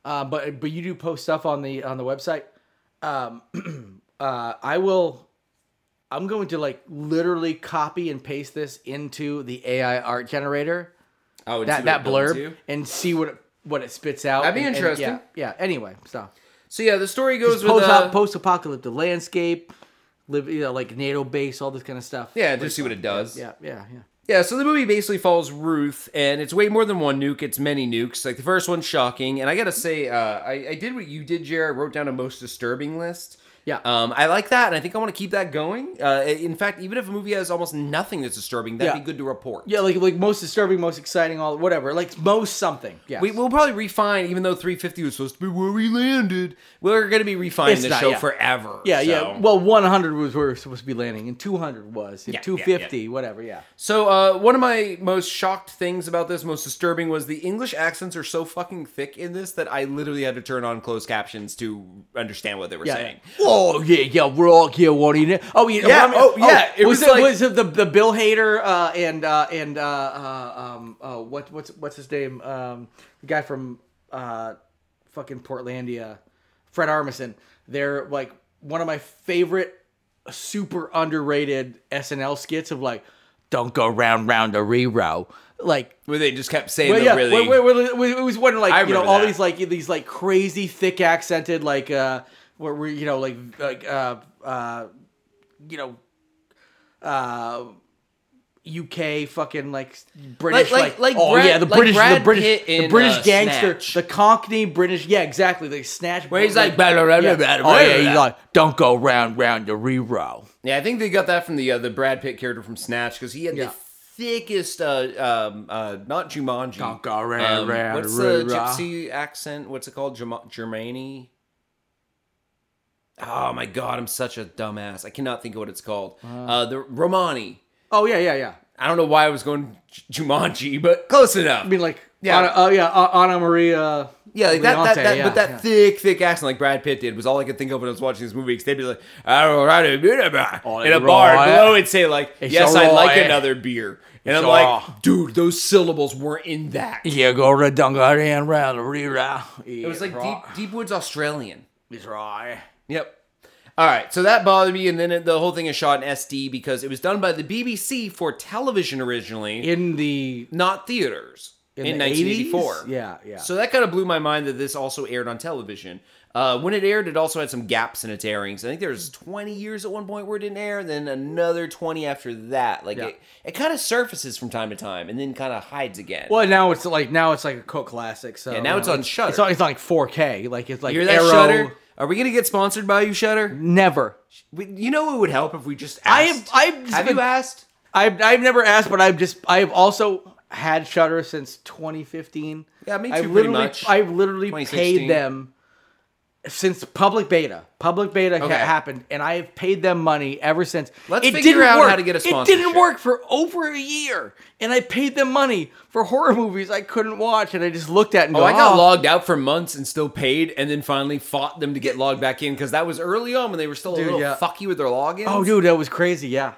uh, but but you do post stuff on the on the website. Um, uh, I will. I'm going to like literally copy and paste this into the AI art generator Oh, and see that what that it builds blurb to? and see what it, what it spits out. That'd be and- and interesting. yeah, yeah. Anyway, so So yeah, the story goes with post uh, apocalyptic landscape, live you know like NATO base, all this kind of stuff. yeah, just see what it does. yeah, yeah, yeah. Yeah, so the movie basically follows Ruth, and it's way more than one nuke. It's many nukes. Like the first one's shocking, and I gotta say, uh, I, I did what you did, Jared. I wrote down a most disturbing list. Yeah. um, I like that, and I think I want to keep that going. Uh, in fact, even if a movie has almost nothing that's disturbing, that'd Yeah. be good to report. Yeah, like like most disturbing, most exciting, all whatever, like most something. Yeah, We, we'll probably refine, even though 350 was supposed to be where we landed. We're going to be refining It's the not, show yeah. forever. yeah, so. yeah. Well, 100 was where we were supposed to be landing, and 200 was, and Yeah, yeah, 250, whatever. Yeah, So uh, one of my most shocked things about this, most disturbing, was the English accents are so fucking thick in this that I literally had to turn on closed captions to understand what they were yeah. saying. Oh yeah, yeah. We're all here wanting it. Oh yeah, Yeah, I mean- oh, yeah, it was, was it like- was it the the Bill Hader uh, and uh, and uh, uh, um uh, what what's what's his name um the guy from uh fucking Portlandia, Fred Armisen. They're like one of my favorite super underrated SNL skits of like don't go round round a re-row like Where they just kept saying well, the yeah, really. well, well, well, it was one I like you know remember all that. these like these like crazy thick accented like uh where we you know like like uh uh you know uh UK fucking like British like- like like oh Brad- yeah the like British Brad the British Pitt the in, British uh, gangster Snatch. the Cockney British yeah exactly they snatch where he's like, "Blah, blah, blah, blah, blah, yeah. blah, oh yeah blah." he's like don't go round round the re-row yeah, I think they got that from the uh, the Brad Pitt character from Snatch because he had Yeah. the thickest, uh, um, uh, not Jumanji. Don't go round, Um, round, what's the rah, rah. gypsy accent? What's it called? Germ- Germany. Oh my god, I'm such a dumbass. I cannot think of what it's called. Uh, the Romani. oh yeah yeah yeah I don't know why I was going J- Jumanji, but close enough. I mean like Yeah. yeah Anna, oh yeah A- Anna Maria yeah, like that, that, Leonte, that yeah, but that yeah. thick, thick accent like Brad Pitt did was all I could think of when I was watching this movie. Because they'd be like, "I don't want to be a bar," Oh, in a it's bar, raw, and eh? below it'd say like, It's "Yes, raw, I like eh? another beer," and I'm It's raw. like, "Dude, those syllables weren't in that." Yeah, go red down, go round, round, re-round. It was like Deep, Deep Woods Australian. It's right. Yep. All right, so that bothered me, and then it, the whole thing is shot in SD because it was done by the BBC for television originally, In the not theaters in, the 1984. 80s? Yeah, yeah. So that kind of blew my mind that this also aired on television. Uh, when it aired, it also had some gaps in its airings. I think there was 20 years at one point where it didn't air, and then another 20 after that. Like Yeah. it, it kind of surfaces from time to time, and then kind of hides again. well, now it's like now it's like a cult classic. So Yeah, now it's on Shudder. It's on, it's on like 4K. Like it's like you hear that Arrow. Shutter? Are we gonna get sponsored by you, Shutter? Never. We, you know it would help if we just I have. asked. I've just have been- you asked? I've I've never asked, but I've just I've also had Shutter since 2015. Yeah, me I've too, pretty literally, much. I've literally 2016. paid them since public beta. Public beta ha- Okay. happened, and I have paid them money ever since. Let's figure out how to get a It sponsorship. didn't work for over a year, and I paid them money for horror movies I couldn't watch, and I just looked at it and Oh, go, I got "Oh." logged out for months and still paid, and then finally fought them to get logged back in because that was early on when they were still a little yeah. fucky with their logins. Oh, dude, that was crazy. Yeah,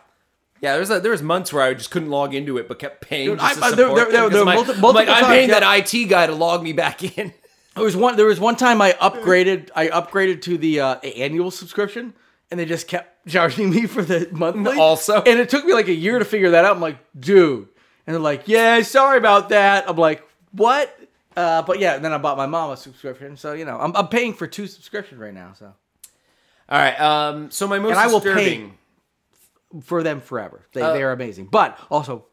Yeah, there was a, there was months where I just couldn't log into it, but kept paying. Dude, just I- to I- there- support there- it there- because there I'm were like- multi- I'm multiple like, I'm times, paying yeah. that IT guy to log me back in. There was one. There was one time I upgraded. I upgraded to the uh, annual subscription, and they just kept charging me for the monthly. Also. and it took me like a year to figure that out. I'm like, dude, and they're like, yeah, sorry about that. I'm like, what? Uh, but yeah, and then I bought my mom a subscription, so you know, I'm, I'm paying for two subscriptions right now, so All right. Um. So my most And I will pay- disturbing. for them forever. They they are amazing, but also,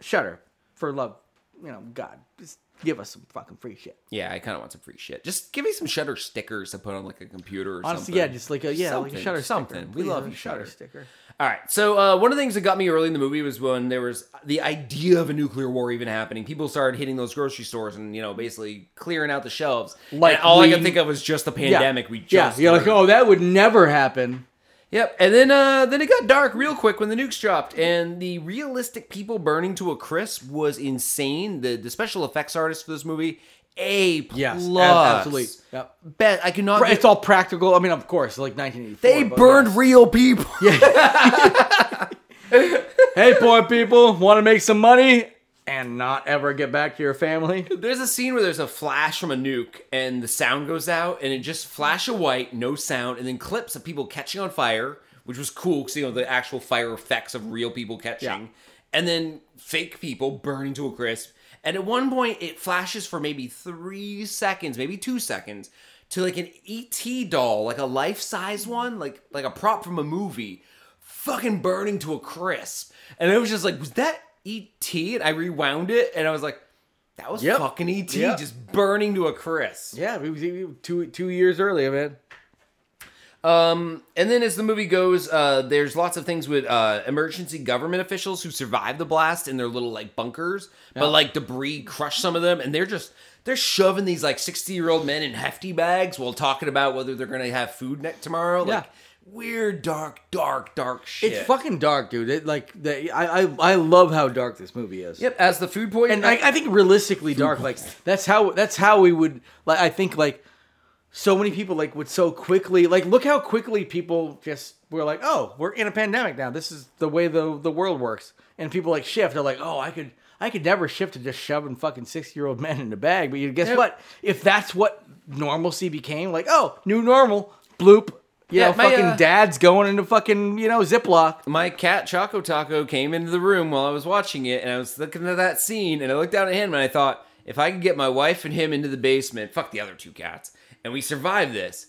Shutter for love, you know, God, just give us some fucking free shit. Yeah, I kind of want some free shit. Just give me some Shutter stickers to put on like a computer or Honestly, something. yeah, just like a yeah, like a Something, Shutter something. We love you, Shudder. sticker. All right. So uh, one of the things that got me early in the movie was when there was the idea of a nuclear war even happening. People started hitting those grocery stores and you know basically clearing out the shelves. Like and all I we- could think of was just the pandemic we just. yeah, you're like, through. oh, that would never happen. Yep. And then uh, then it got dark real quick when the nukes dropped, and the realistic people burning to a crisp was insane. The the special effects artist for this movie. A plus, Yes, ab- absolutely. Yep. Bet I cannot. Pra- get- It's all practical. I mean, of course, like 1984. they but- burned real people. Hey, poor people, want to make some money and not ever get back to your family? There's a scene where there's a flash from a nuke and the sound goes out and it just flash of white, no sound, and then clips of people catching on fire, which was cool because you know the actual fire effects of real people catching, Yeah. and then fake people burning to a crisp. And at one point, it flashes for maybe three seconds, maybe two seconds, to like an ET doll, like a life size one, like like a prop from a movie, fucking burning to a crisp. And it was just like, was that ET? And I rewound it and I was like. That was Yep. fucking ET Yep. just burning to a crisp. Yeah, it was even two two years earlier, man. Um, and then as the movie goes, uh, there's lots of things with uh, emergency government officials who survived the blast in their little like bunkers, but like debris crushed some of them, and they're just they're shoving these like 60 year old men in hefty bags while talking about whether they're gonna have food next tomorrow. Like weird, dark, dark, dark shit. It's fucking dark, dude. It, like, the, I, I I love how dark this movie is. Yep, as the food poisoning. and I, I think realistically dark like that's how that's how we would like i think like so many people like would so quickly like look how quickly people just were like oh we're in a pandemic now this is the way the the world works and people like shift they're like oh i could i could never shift to just shoving fucking six year old men in the bag but you guess Yeah. what if that's what normalcy became like oh new normal bloop you Yeah, know my, fucking uh, dad's going into fucking you know ziploc my cat Choco Taco came into the room while I was watching it, and I was looking at that scene, and I looked down at him, and I thought, if I could get my wife and him into the basement, fuck the other two cats, and we survive this,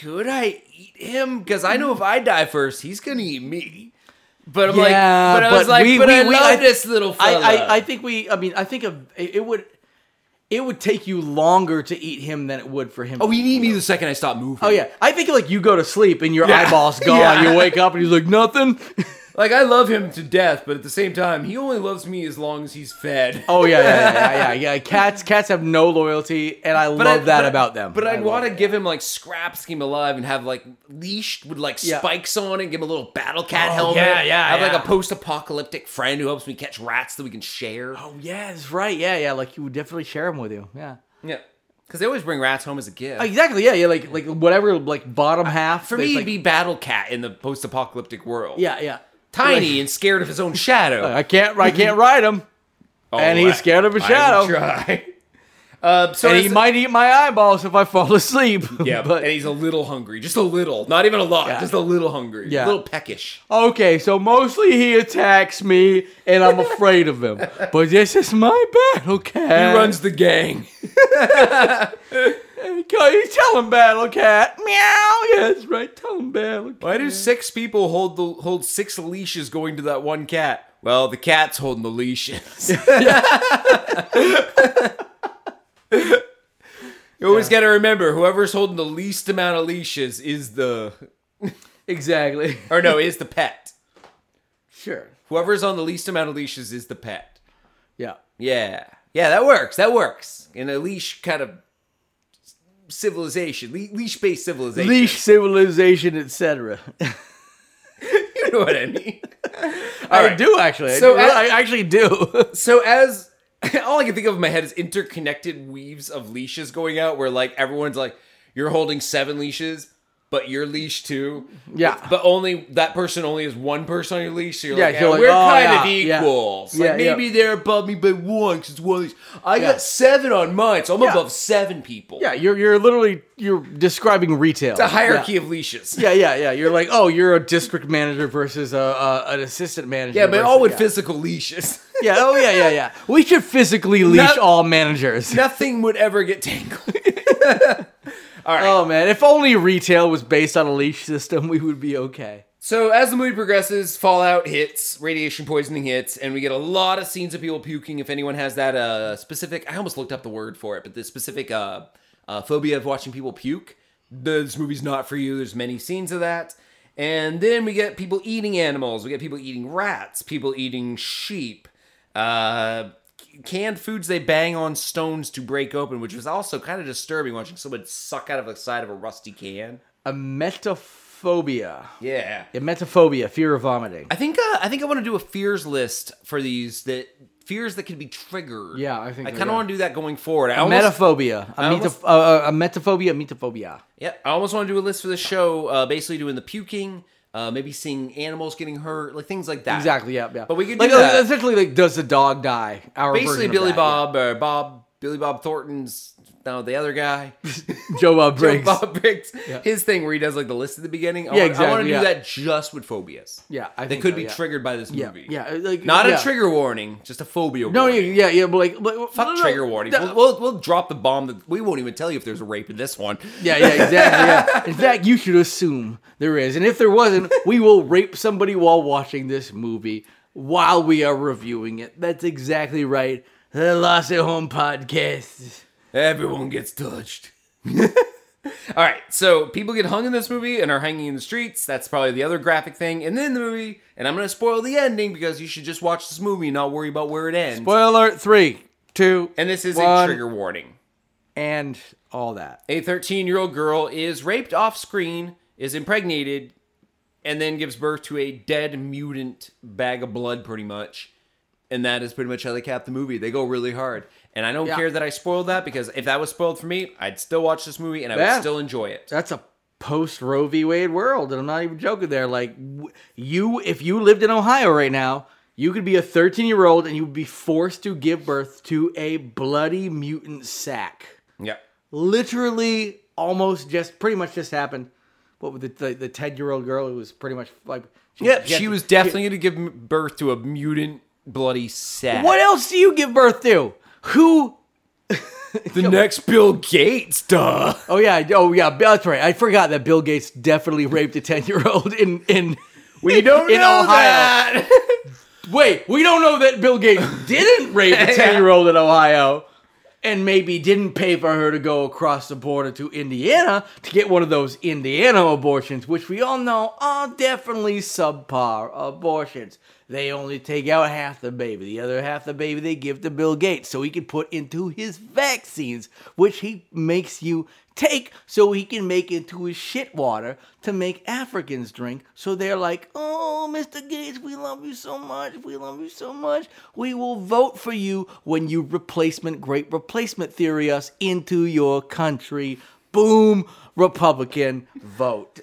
could I eat him? Because I know if I die first, he's gonna eat me. But I'm Yeah, like, but I was but like, we- but we- I we- love I- this little I, fella. I, I think we. I mean, I think of it would. It would take you longer to eat him than it would for him. oh, he eat me the second I stop moving. Oh yeah, I think like you go to sleep and your Yeah. eyeball's gone. Yeah. You wake up and he's like nothing. like I love him to death, but at the same time, he only loves me as long as he's fed. Oh yeah, yeah, yeah, yeah, yeah, yeah. Cats, cats have no loyalty, and I But love I- that but- about them. But I I'd love want to it. give him like scraps, keep him alive, and have like leashed with like Yeah. spikes on it, give him a little battle cat Oh, helmet. yeah, yeah, Have yeah. like a post-apocalyptic friend who helps me catch rats that we can share. Oh yeah, that's right. Yeah, yeah. Like you would definitely share him with you. Yeah. Yeah, because they always bring rats home as a gift. Exactly. Oh, Yeah, yeah. Like like whatever. Like bottom half. For there's, me, like, it'd be battle cat in the post-apocalyptic world. yeah, yeah. tiny and scared of his own shadow. I can't. I can't ride him, Oh, and he's I- scared of a I shadow. would Try. Uh, so and he it's- might eat my eyeballs if I fall asleep. Yeah, but and he's a little hungry, just a little, not even a lot, Yeah. just a little hungry, Yeah. a little peckish. okay, so mostly he attacks me, and I'm afraid of him. But this is my battle cat. He runs the gang. You tell him battle cat. Meow. Yeah, that's right. Tell him battle cat. Why do six people hold the hold six leashes going to that one cat? Well, the cat's holding the leashes. you always got to remember, whoever's holding the least amount of leashes is the, Exactly. or no, is the pet. Sure. Whoever's on the least amount of leashes is the pet. Yeah. Yeah, yeah, that works. That works in a leash kind of civilization, le- leash-based civilization. Leash civilization, etc. you know what I mean? I right. do actually. I So do. as- I actually do. So as all I can think of in my head is interconnected weaves of leashes going out, where like everyone's like, you're holding seven leashes, but your leash too. Yeah. But only that person only is one person on your leash. So you're Yeah, like, you're "Eh, like, we're oh, kind of yeah, yeah. equals. Yeah, like yeah. maybe they're above me by one because it's one of these. I Yeah. got seven on mine, so I'm Yeah. above seven people. Yeah, you're you're literally you're describing retail. The hierarchy of leashes. Yeah, yeah, yeah. yeah. You're like, oh, you're a district manager versus a, a an assistant manager. Yeah, but versus- all with yeah. physical leashes. Yeah, oh yeah, yeah, yeah. We should physically leash Not- all managers. Nothing would ever get tangled. Oh man, if only retail was based on a leash system, we would be okay. So as the movie progresses, fallout hits, radiation poisoning hits, and we get a lot of scenes of people puking. If anyone has that uh, specific, I almost looked up the word for it, but the specific uh, uh, phobia of watching people puke, this movie's not for you. There's many scenes of that, and then we get people eating animals. We get people eating rats, people eating sheep, uh, canned foods they bang on stones to break open, which was also kind of disturbing watching someone suck out of the side of a rusty can. A metaphobia. Yeah. A metaphobia, fear of vomiting. I think uh, I think I want to do a fears list for these that fears that can be triggered. Yeah, I think I so, kind of yeah. want to do that going forward. I A almost, metaphobia. A, I almost- metaph- uh, a metaphobia, metaphobia. yeah, I almost want to do a list for the show, uh, basically doing the puking, uh, maybe seeing animals getting hurt, like things like that. Exactly, yeah, yeah. But we could like, do uh, that. essentially like does the dog die? Our version Basically, of Billy that, Bob or Bob Billy Bob Thornton's no the other guy yeah. Joe Bob Briggs. Bob Briggs his thing where he does like the list at the beginning. I Yeah, want, I want exactly, to do yeah. that just with phobias. Yeah, I that think could so, be yeah. triggered by this Yeah, movie. yeah. Like, Not yeah. a trigger warning, just a phobia. No, warning. yeah, yeah, yeah, but like, like Fuck no, no, trigger warning. we'll, that- we'll, we'll drop the bomb. That we won't even tell you if there's a rape in this one. yeah, yeah, exactly. Yeah. In fact, you should assume there is, and if there wasn't, we will rape somebody while watching this movie while we are reviewing it. That's exactly right. The Lost at Home podcast. Everyone gets touched. All right, so people get hung in this movie and are hanging in the streets. That's probably the other graphic thing. And then the movie, and I'm going to spoil the ending because you should just watch this movie and not worry about where it ends. Spoiler alert: three, two, and this is a one, trigger warning. and all that. A 13 year old girl is raped off screen, is impregnated, and then gives birth to a dead mutant bag of blood, pretty much. And that is pretty much how they cap the movie. They go really hard. And I don't Yeah. care that I spoiled that because if that was spoiled for me, I'd still watch this movie and I Yeah. would still enjoy it. That's a post Roe v. Wade world, and I'm not even joking. There, like w- you, if you lived in Ohio right now, you could be a 13 year old and you would be forced to give birth to a bloody mutant sack. Yeah. Literally, almost just pretty much just happened. What with the the, the 10 year old girl who was pretty much like Yep. had She to- was definitely going to give m- birth to a mutant bloody sack. What else do you give birth to? Who? The next Bill Gates, duh. Oh yeah, oh yeah, that's right. I forgot that Bill Gates definitely raped a 10 year old in in. We don't In know Ohio. that. Wait, we don't know that Bill Gates didn't rape a 10 year old in Ohio and maybe didn't pay for her to go across the border to Indiana to get one of those Indiana abortions, which we all know are definitely subpar abortions. They only take out half the baby, the other half the baby they give to Bill Gates so he can put into his vaccines, which he makes you take so he can make into his shit water to make Africans drink. So they're like, oh, Mr. Gates, we love you so much. We love you so much. We will vote for you when you replacement, great replacement theory us into your country. Boom, Republican vote.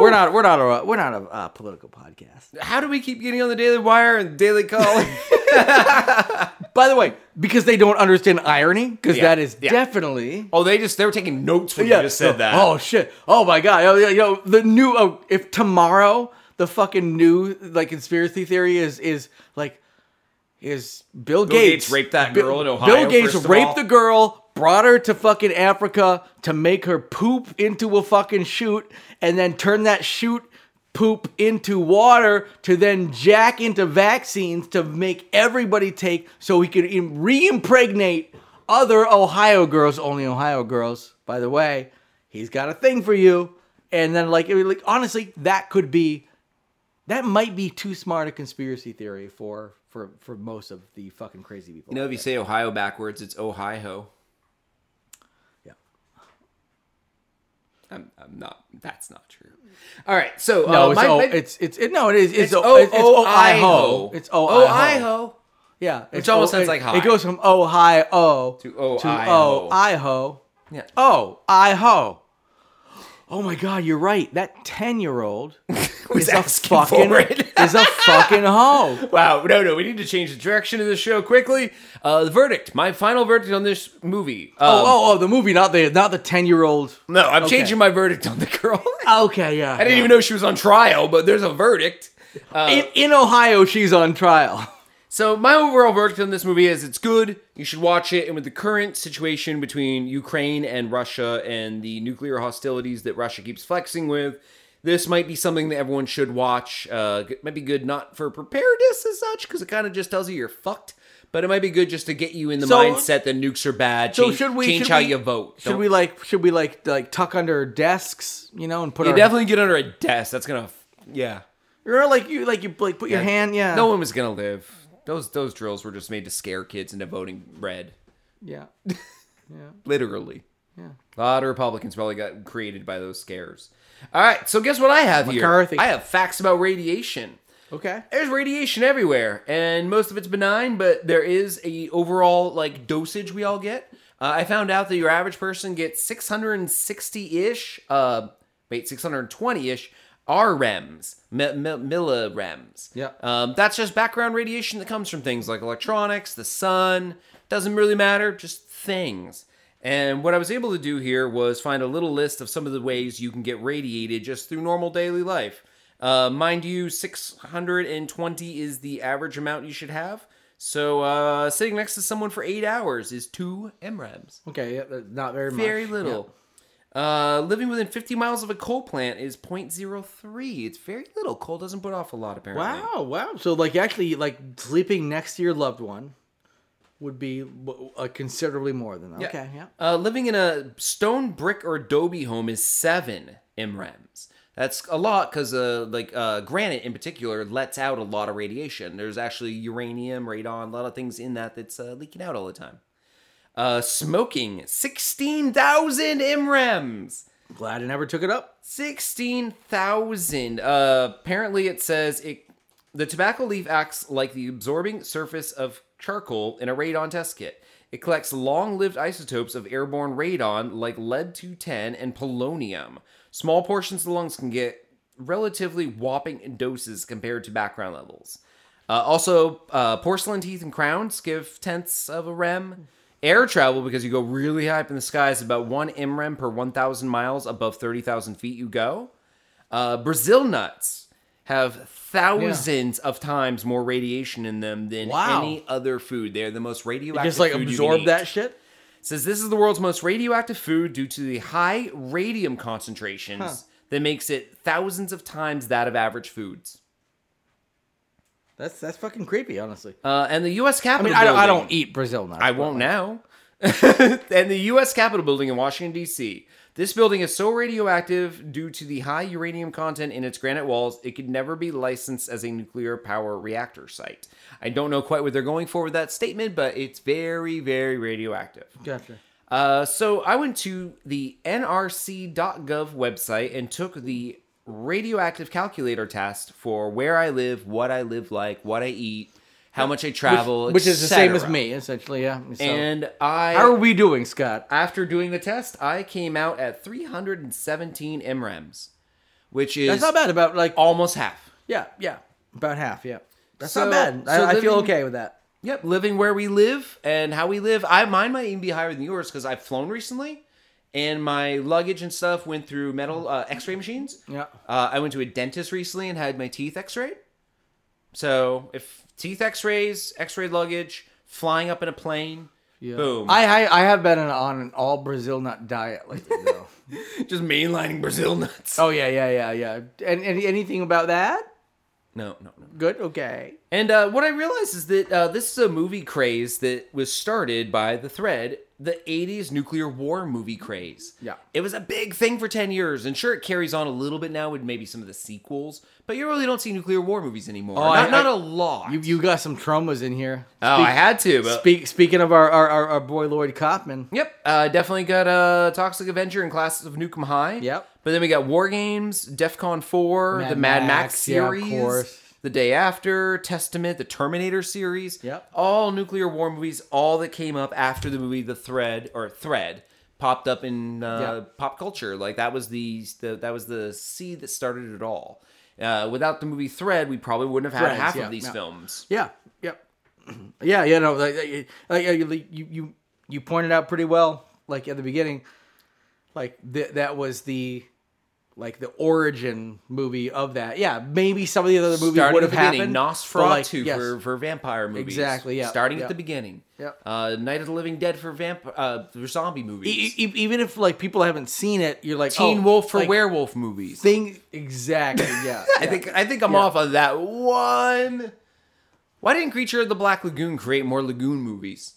We're not. We're not. A, we're not a uh, political podcast. How do we keep getting on the Daily Wire and Daily Call? By the way, because they don't understand irony, because Yeah, that is yeah. definitely oh, they just, they were taking notes when you just said so- that. Oh shit! Oh my god! Yo, yo, yo, the new oh, if tomorrow the fucking new like conspiracy theory is is like is Bill, Gates raped that Bi- girl in Bill Ohio, Gates first of raped all. the girl, brought her to fucking Africa to make her poop into a fucking chute, and then turn that chute poop into water to then jack into vaccines to make everybody take so he could im- re-impregnate other Ohio girls, only Ohio girls, by the way. He's got a thing for you. And then like, it would- like honestly, that could be that might be too smart a conspiracy theory for for for most of the fucking crazy people. You know, if you say Ohio backwards, it's Ohio. Yeah. I'm, I'm not. That's not true. All right. So No, uh, it's, my- o, my- it's it's it, no, it is it's it's o, O- it's, it's Ohio. Ohio. It's Ohio. Ohio. Yeah, it's almost sounds it- like hi. It goes from Ohio To to Ohio. Ohio. Yeah. Oh, Iho. oh my god, you're right. That ten year old Was is a asking fucking for it. Um, is a fucking hoe. Wow, no, no, we need to change the direction of the show quickly. Uh, the verdict, my final verdict on this movie. Um, Oh, oh, oh, the movie, not the not the ten year old. no, I'm okay. changing my verdict on the girl. Okay, yeah. I didn't even know she was on trial, but there's a verdict. Uh, In, in Ohio, she's on trial. So my overall verdict on this movie is it's good. You should watch it. And with the current situation between Ukraine and Russia and the nuclear hostilities that Russia keeps flexing with, this might be something that everyone should watch. Uh, it might be good not for preparedness as such because it kind of just tells you you're fucked. But it might be good just to get you in the So- mindset that nukes are bad. So Change, should we change should how we- you vote? Should Don't- we like should we like like tuck under our desks, you know, and put You our definitely get under a desk. That's gonna. Yeah. you know, like you like you like put your hand, yeah, No one was gonna live. Those those drills were just made to scare kids into voting red. yeah, Literally. yeah. A lot of Republicans probably got created by those scares. All right, so guess what I have McCarthy. here? I have facts about radiation. Okay. There's radiation everywhere, and most of it's benign, but there is a overall like dosage we all get. Uh, I found out that your average person gets 660 ish, uh, wait, 620 ish REMs, E mi- mi- millirems. Yeah. Um, that's just background radiation that comes from things like electronics, the sun, doesn't really matter, just things. And what I was able to do here was find a little list of some of the ways you can get radiated just through normal daily life. Uh, mind you, 620 is the average amount you should have. So uh, sitting next to someone for eight hours is two MRAMs. Okay, yeah, that's not very, much. Very little. Uh, living within 50 miles of a coal plant is 0.03. It's very little. Coal doesn't put off a lot, apparently. Wow, wow. So like actually like sleeping next to your loved one would be w- uh, considerably more than that. Okay, yeah. Uh, living in a stone, brick, or adobe home is seven MREMs. That's a lot because, uh, like, uh, granite in particular lets out a lot of radiation. There's actually uranium, radon, a lot of things in that that's uh, leaking out all the time. Uh, smoking, 16,000 MREMs. Glad I never took it up. 16,000. Uh, apparently, it says it. The tobacco leaf acts like the absorbing surface of charcoal in a radon test kit. It collects long lived isotopes of airborne radon like lead 210 and polonium. Small portions of the lungs can get relatively whopping doses compared to background levels. Uh, also, uh, porcelain teeth and crowns give tenths of a rem. Air travel, because you go really high up in the sky, is about one mrem per 1,000 miles above 30,000 feet you go. Uh, Brazil nuts have thousands of times more radiation in them than Wow. any other food. They're the most radioactive. Just like food you can eat absorb that shit. says this is the world's most radioactive food due to the high radium concentrations that makes it thousands of times that of average foods. That's that's fucking creepy, honestly. Uh, and the U.S. I Capitol. mean, I don't, I Building- don't eat Brazil nuts. I but, won't like, now. and the U.S. Capitol building in Washington, D.C. This building is so radioactive due to the high uranium content in its granite walls, it could never be licensed as a nuclear power reactor site. I don't know quite what they're going for with that statement, but it's very, very radioactive. Gotcha. Uh, so I went to the nrc.gov website and took the radioactive calculator test for where I live, what I live like, what I eat, how much I travel, Which is the same as etc.. me, essentially. Yeah. So, And I, how are we doing, Scott? after doing the test, I came out at 317 mrems, E which is That's not bad. About like almost half. yeah, yeah, about half. Yeah, that's So- not bad. I, so I feel living- okay with that. Yep, living where we live and how we live. I mine might even be higher than yours because I've flown recently, and my luggage and stuff went through metal uh, X-ray machines. Yeah. uh, I went to a dentist recently and had my teeth X-rayed. So if teeth X-rays, X-ray luggage, flying up in a plane, boom. I, I I have been on an all Brazil nut diet lately though. just mainlining Brazil nuts. oh yeah, yeah, yeah, yeah. And, and anything about that? No, no, no. Good. Okay. And uh, what I realized is that uh, this is a movie craze that was started by The Thread, the 80s nuclear war movie craze. Yeah. It was a big thing for 10 years, and sure, it carries on a little bit now with maybe some of the sequels, but you really don't see nuclear war movies anymore. Oh, not, I- not I- a lot. You you got some traumas in here. oh, I had to, but. Speak, speaking of our, our, our, our boy Lloyd Kaufman, Yep, uh, definitely got uh, Toxic Avenger and Classes of Nukem High. Yep. But then we got War Games, DEF CON 4, Mad the Mad Max, Max, yeah, of series, course. The Day After, Testament, the Terminator series. Yep. All nuclear war movies, all that came up after the movie The Thread, or Thread, popped up in uh, Yeah. pop culture. Like that was the, the that was the seed that started it all. Uh, without the movie Thread, we probably wouldn't have had Threads, half yeah, of these yeah. films. Yeah. Yep. yeah. Yeah. No. Like, like, like, like, you you you pointed out pretty well. Like at the beginning, like th- that was the like the origin movie of that. Yeah. Maybe some of the other movies Starting would at have the beginning, happened. Nosferatu but, like, yes. for, for vampire movies. Exactly, yeah, Starting yeah. at the beginning. Yeah. Uh, Night of the Living Dead for vamp uh, for zombie movies. E- e- even if like people haven't seen it, you're like Teen oh, Wolf for like, werewolf movies. Thing exactly. Yeah. I think I think I'm off on that one. Why didn't Creature of the Black Lagoon create more lagoon movies?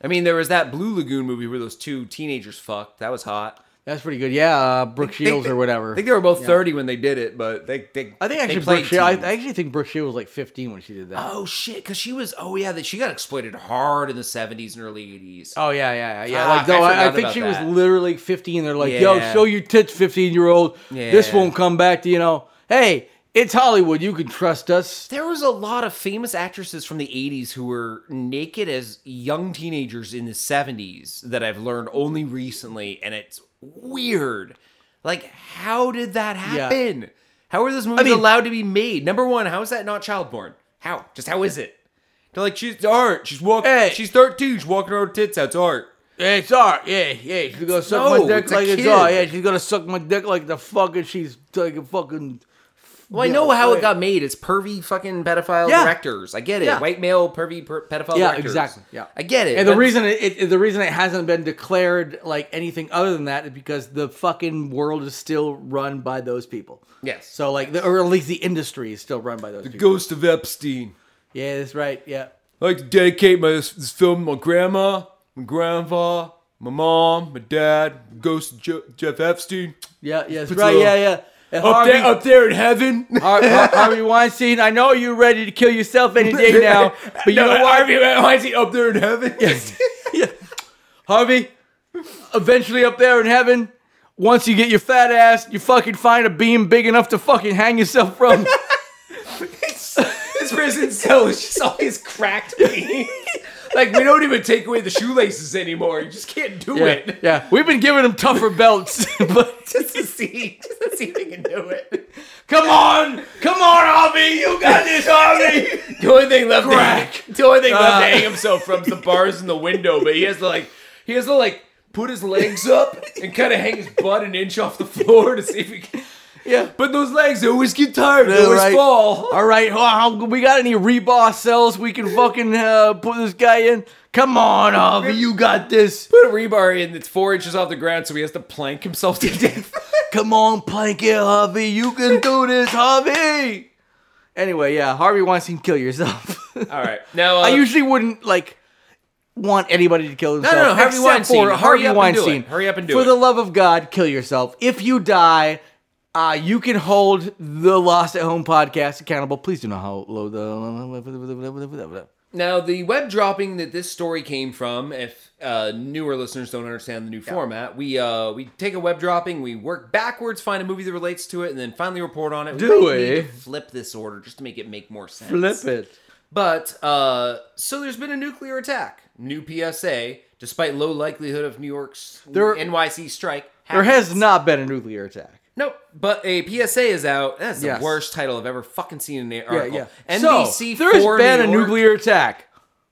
I mean, there was that Blue Lagoon movie where those two teenagers fucked. That was hot. that's pretty good. Yeah. Uh, Brooke They- Shields they- or whatever. I think they were both 30 when they did it, but they they I think they actually played Brooke Shields. I, teens. I actually think Brooke Shields was like 15 when she did that. oh shit, because she was oh yeah that she got exploited hard in the 70s and early 80s. Oh yeah, yeah, yeah. yeah. Fuck, like no, Ah, I I, I forgot think about she that. was literally 15. They're like, "Yo, Yeah. show your tits, 15 year old. This Yeah. won't come back to you know. Hey, it's Hollywood. You can trust us." There was a lot of famous actresses from the 80s who were naked as young teenagers in the 70s that I've learned only recently, and it's weird. Like, how did that happen? How are those movies mean- allowed to be made? Number one, how is that not child porn? How? Just how is it? They're like, she's art. She's walking. Hey. She's 13. She's walking her own tits out. It's art. It's art. Yeah, yeah. She's gonna suck no, my dick it's a like it's kid. art. Yeah, she's gonna suck my dick like the fucking she's like a fucking. Well, I Yeah, know how right. it got made. It's pervy fucking pedophile Yeah. directors. I get it. Yeah. White male pervy per- pedophile Yeah, directors. exactly. Yeah. I get it. And the but- reason it, it the reason it hasn't been declared like anything other than that is because the fucking world is still run by those people. Yes. So like, the, or at least the industry is still run by those people. Ghost of Epstein. Yeah, that's right. Yeah. I'd like to dedicate my, this, this film to my grandma, my grandpa, my mom, my dad, Ghost of Je- Jeff Epstein. Yeah, yes, Puts a right, little- yeah, yeah. And Up Harvey, there, up there in heaven. Har- Har- Harvey Weinstein, I know you're ready to kill yourself any day now, but you No, know what, Harvey, why is he up there in heaven? Harvey? Eventually, up there in heaven, once you get your fat ass, you fucking find a beam big enough to fucking hang yourself from. This prison cell is just always cracked me. like, we don't even take away the shoelaces anymore. You just can't do yeah, it. yeah, we've been giving him tougher belts, but Just to see, just to see if we can do it. come on, come on, Harvey, you got this, Harvey. The only thing left, Crack. To, the only thing left Uh. to hang himself from is the bars in the window, but he has to like, he has to like put his legs up and kind of hang his butt an inch off the floor to see if he can. Yeah. But those legs, they always get tired. They Yeah, always right. fall. All right, ho- how- we got any rebar cells we can fucking uh, put this guy in? Come on, Harvey, you got this. Put a rebar in that's four inches off the ground, so he has to plank himself to death. Come on, plank it, Harvey. You can do this, Harvey. Anyway, yeah, Harvey Weinstein, kill yourself. All right, now uh, I usually wouldn't like want anybody to kill themselves. no, Harvey except Weinstein. For Hurry Harvey up and do it. Weinstein. Hurry up and do For it. the love of God, kill yourself. If you die, uh, you can hold the Lost at Home podcast accountable. Please do not hold the. Now, the web dropping that this story came from, if uh, newer listeners don't understand the new format, we uh, we take a web dropping, we work backwards, find a movie that relates to it, and then finally report on it. Do might need we? to flip this order just to make it make more sense. Flip it. But uh, so there's been a nuclear attack. New PSA, despite low likelihood of New York's There- NYC strike. There has happens. not been a nuclear attack. Nope, but a PSA is out. That's Yes. the worst title I've ever fucking seen in an article. Yeah, yeah. NBC so, there's for been New a York- nuclear attack.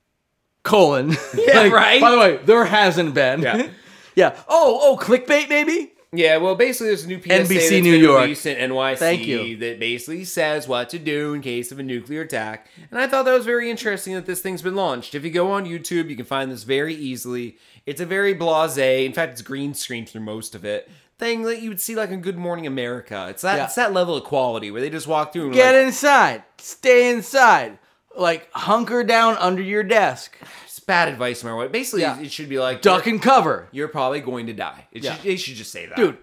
Colon. Yeah, right? By the way, there hasn't been. Yeah. yeah. Oh, oh, clickbait maybe? Yeah, well, basically, there's a new PSA NBC that's New been York. released in NYC Thank you. that basically says what to do in case of a nuclear attack. And I thought that was very interesting that this thing's been launched. If you go on YouTube, you can find this very easily. It's a very blasé. In fact, it's green screen through most of it. Thing that you would see like in Good Morning America. It's that Yeah. it's that level of quality where they just walk through and Get like, inside. Stay inside. Like hunker down under your desk. it's bad advice from our way. Basically, Yeah. it should be like Duck and cover. You're, you're probably going to die. It Yeah. should, they should just say that, Dude.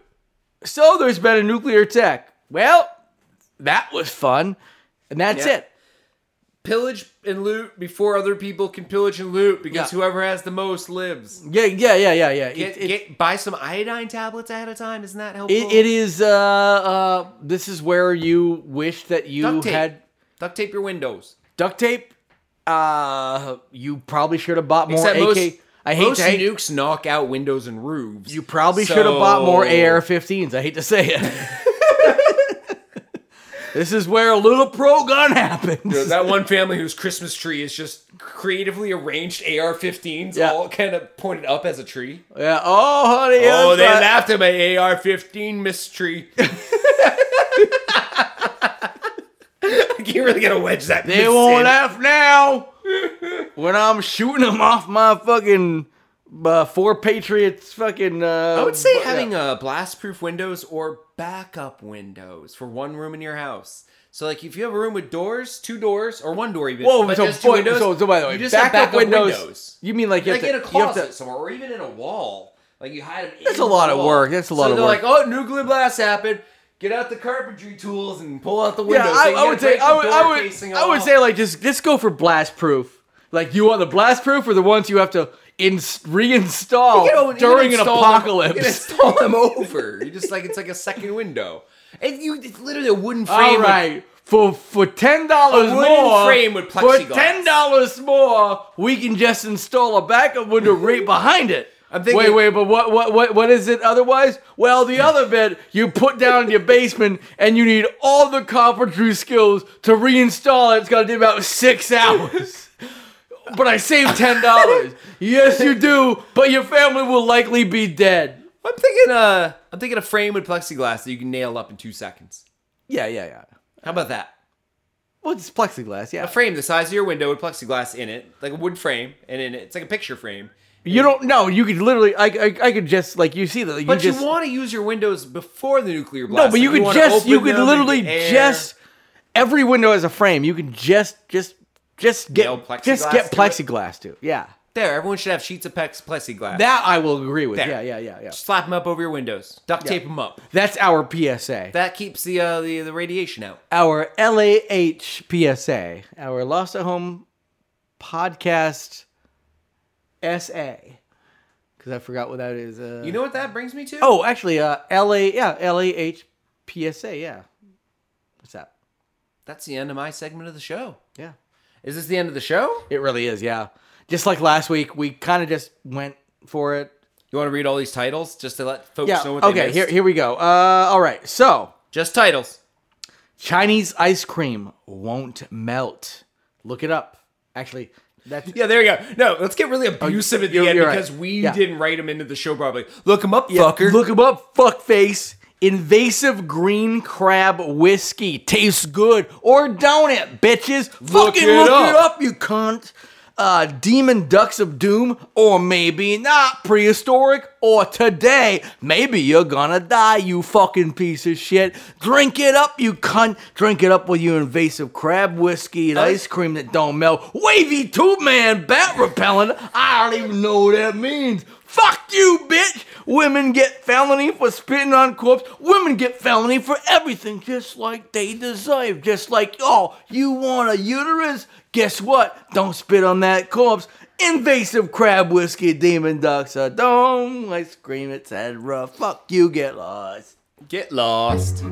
So there's been a nuclear attack. Well, that was fun. And that's Yeah. it. Pillage and loot before other people can pillage and loot because Yeah. whoever has the most lives. Yeah, yeah, yeah, yeah, yeah. It- Get, it- get buy some iodine tablets ahead of time. Isn't that helpful? It, it is. Uh, uh, this is where you wish that you duct tape. had duct tape your windows. duct tape. Uh, you probably should have bought more Except AK. most- I hate Most to hate. nukes knock out windows and roofs. you probably should have bought more So- AR-15s. I hate to say it. this is where a little pro gun happens. that one family whose Christmas tree is just creatively arranged AR-15s, Yeah. all kind of pointed up as a tree. Yeah. Oh, honey. Oh, that's they right. laughed at my AR-15 mystery. I can't really get a wedge that. They miss won't in. laugh now when I'm shooting them off my fucking uh, four Patriots fucking. Uh, I would say bu- having yeah. uh, blast-proof windows or backup windows for one room in your house. So, like, if you have a room with doors, two doors, or one door even, Whoa, but Oh, so, just two boy- windows, so, so by the way, you just have backup, backup windows, You mean like you like have in to, a you have closet to- somewhere, or even in a wall. Like you hide them. That's a lot of work. That's a lot of work. They're like, oh, nuclear blast happened. Get out the carpentry tools and pull out the window. yeah, so I, you I get would a say break I the would, door I would facing I would off. say like just just go for blast proof. Like you want the blast proof or the ones you have to in, reinstall You know, you during an install Them, you apocalypse. install them over. You just like it's like a second window, and you it's literally a wooden frame. All with- right. For, for ten dollars A wooden more, frame with for plexiglass. ten dollars more, we can just install a backup window right behind it. I'm thinking- wait, wait, but what, what, what, what is it otherwise? Well, the other bit you put down in your basement, and you need all the carpentry skills to reinstall it. It's gonna take about six hours. but I saved ten dollars. yes, you do. But your family will likely be dead. I'm thinking. Uh, I'm thinking a frame with plexiglass that you can nail up in two seconds. Yeah, yeah, yeah. How about that? Well, it's plexiglass. Yeah. A frame the size of your window with plexiglass in it, like a wood frame, and in it, it's like a picture frame. You don't know. You could literally. I, I. I could just like you see that. You But just, you want to use your windows before the nuclear blast. No, but you Like, could wanna just. open You could them and literally get air. just. Every window has a frame. You can just. Just. Just get. Nail just plexiglass to it? get plexiglass to. it. Yeah. there. Everyone should have sheets of pex plexiglass. That I will agree with. There. Yeah. Yeah. Yeah. Yeah. slap them up over your windows, duct tape them up. That's our PSA. That keeps the uh, the, the radiation out. our LAH PSA. Our Lost at Home podcast SA. Because I forgot what that is. Uh, You know what that brings me to? Oh, actually, uh, LA, yeah, LAH PSA, yeah. What's that? that's the end of my segment of the show. Yeah, Is this the end of the show? it really is. Yeah, just like last week, we kind of just went for it. You want to read all these titles just to let folks Yeah. know what they Okay. missed? Here, here we go. Uh, all right. So Just titles. Chinese ice cream won't melt. Look it up. Actually, that's Yeah, there you go. No, let's get really abusive at the Oh, you're- end you're right. because we Yeah. didn't write them into the show properly. Look them up, fucker. Look him up, fuckface. Invasive green crab whiskey tastes good, or don't it, bitches? Look Fucking it look up. it up, you cunt. Uh, demon ducks of doom, or maybe not prehistoric, or today, maybe you're gonna die, you fucking piece of shit. Drink it up, you cunt. Drink it up with your invasive crab whiskey and ice cream that don't melt. Wavy tube man, bat repellent. I don't even know what that means. Fuck you, bitch! Women get felony for spitting on corpse. Women get felony for everything, just like they deserve. Just like, oh, you want a uterus? Guess what? Don't spit on that corpse. Invasive crab whiskey, demon ducks, a dome, ice cream, etc. Fuck you, get lost. Get lost.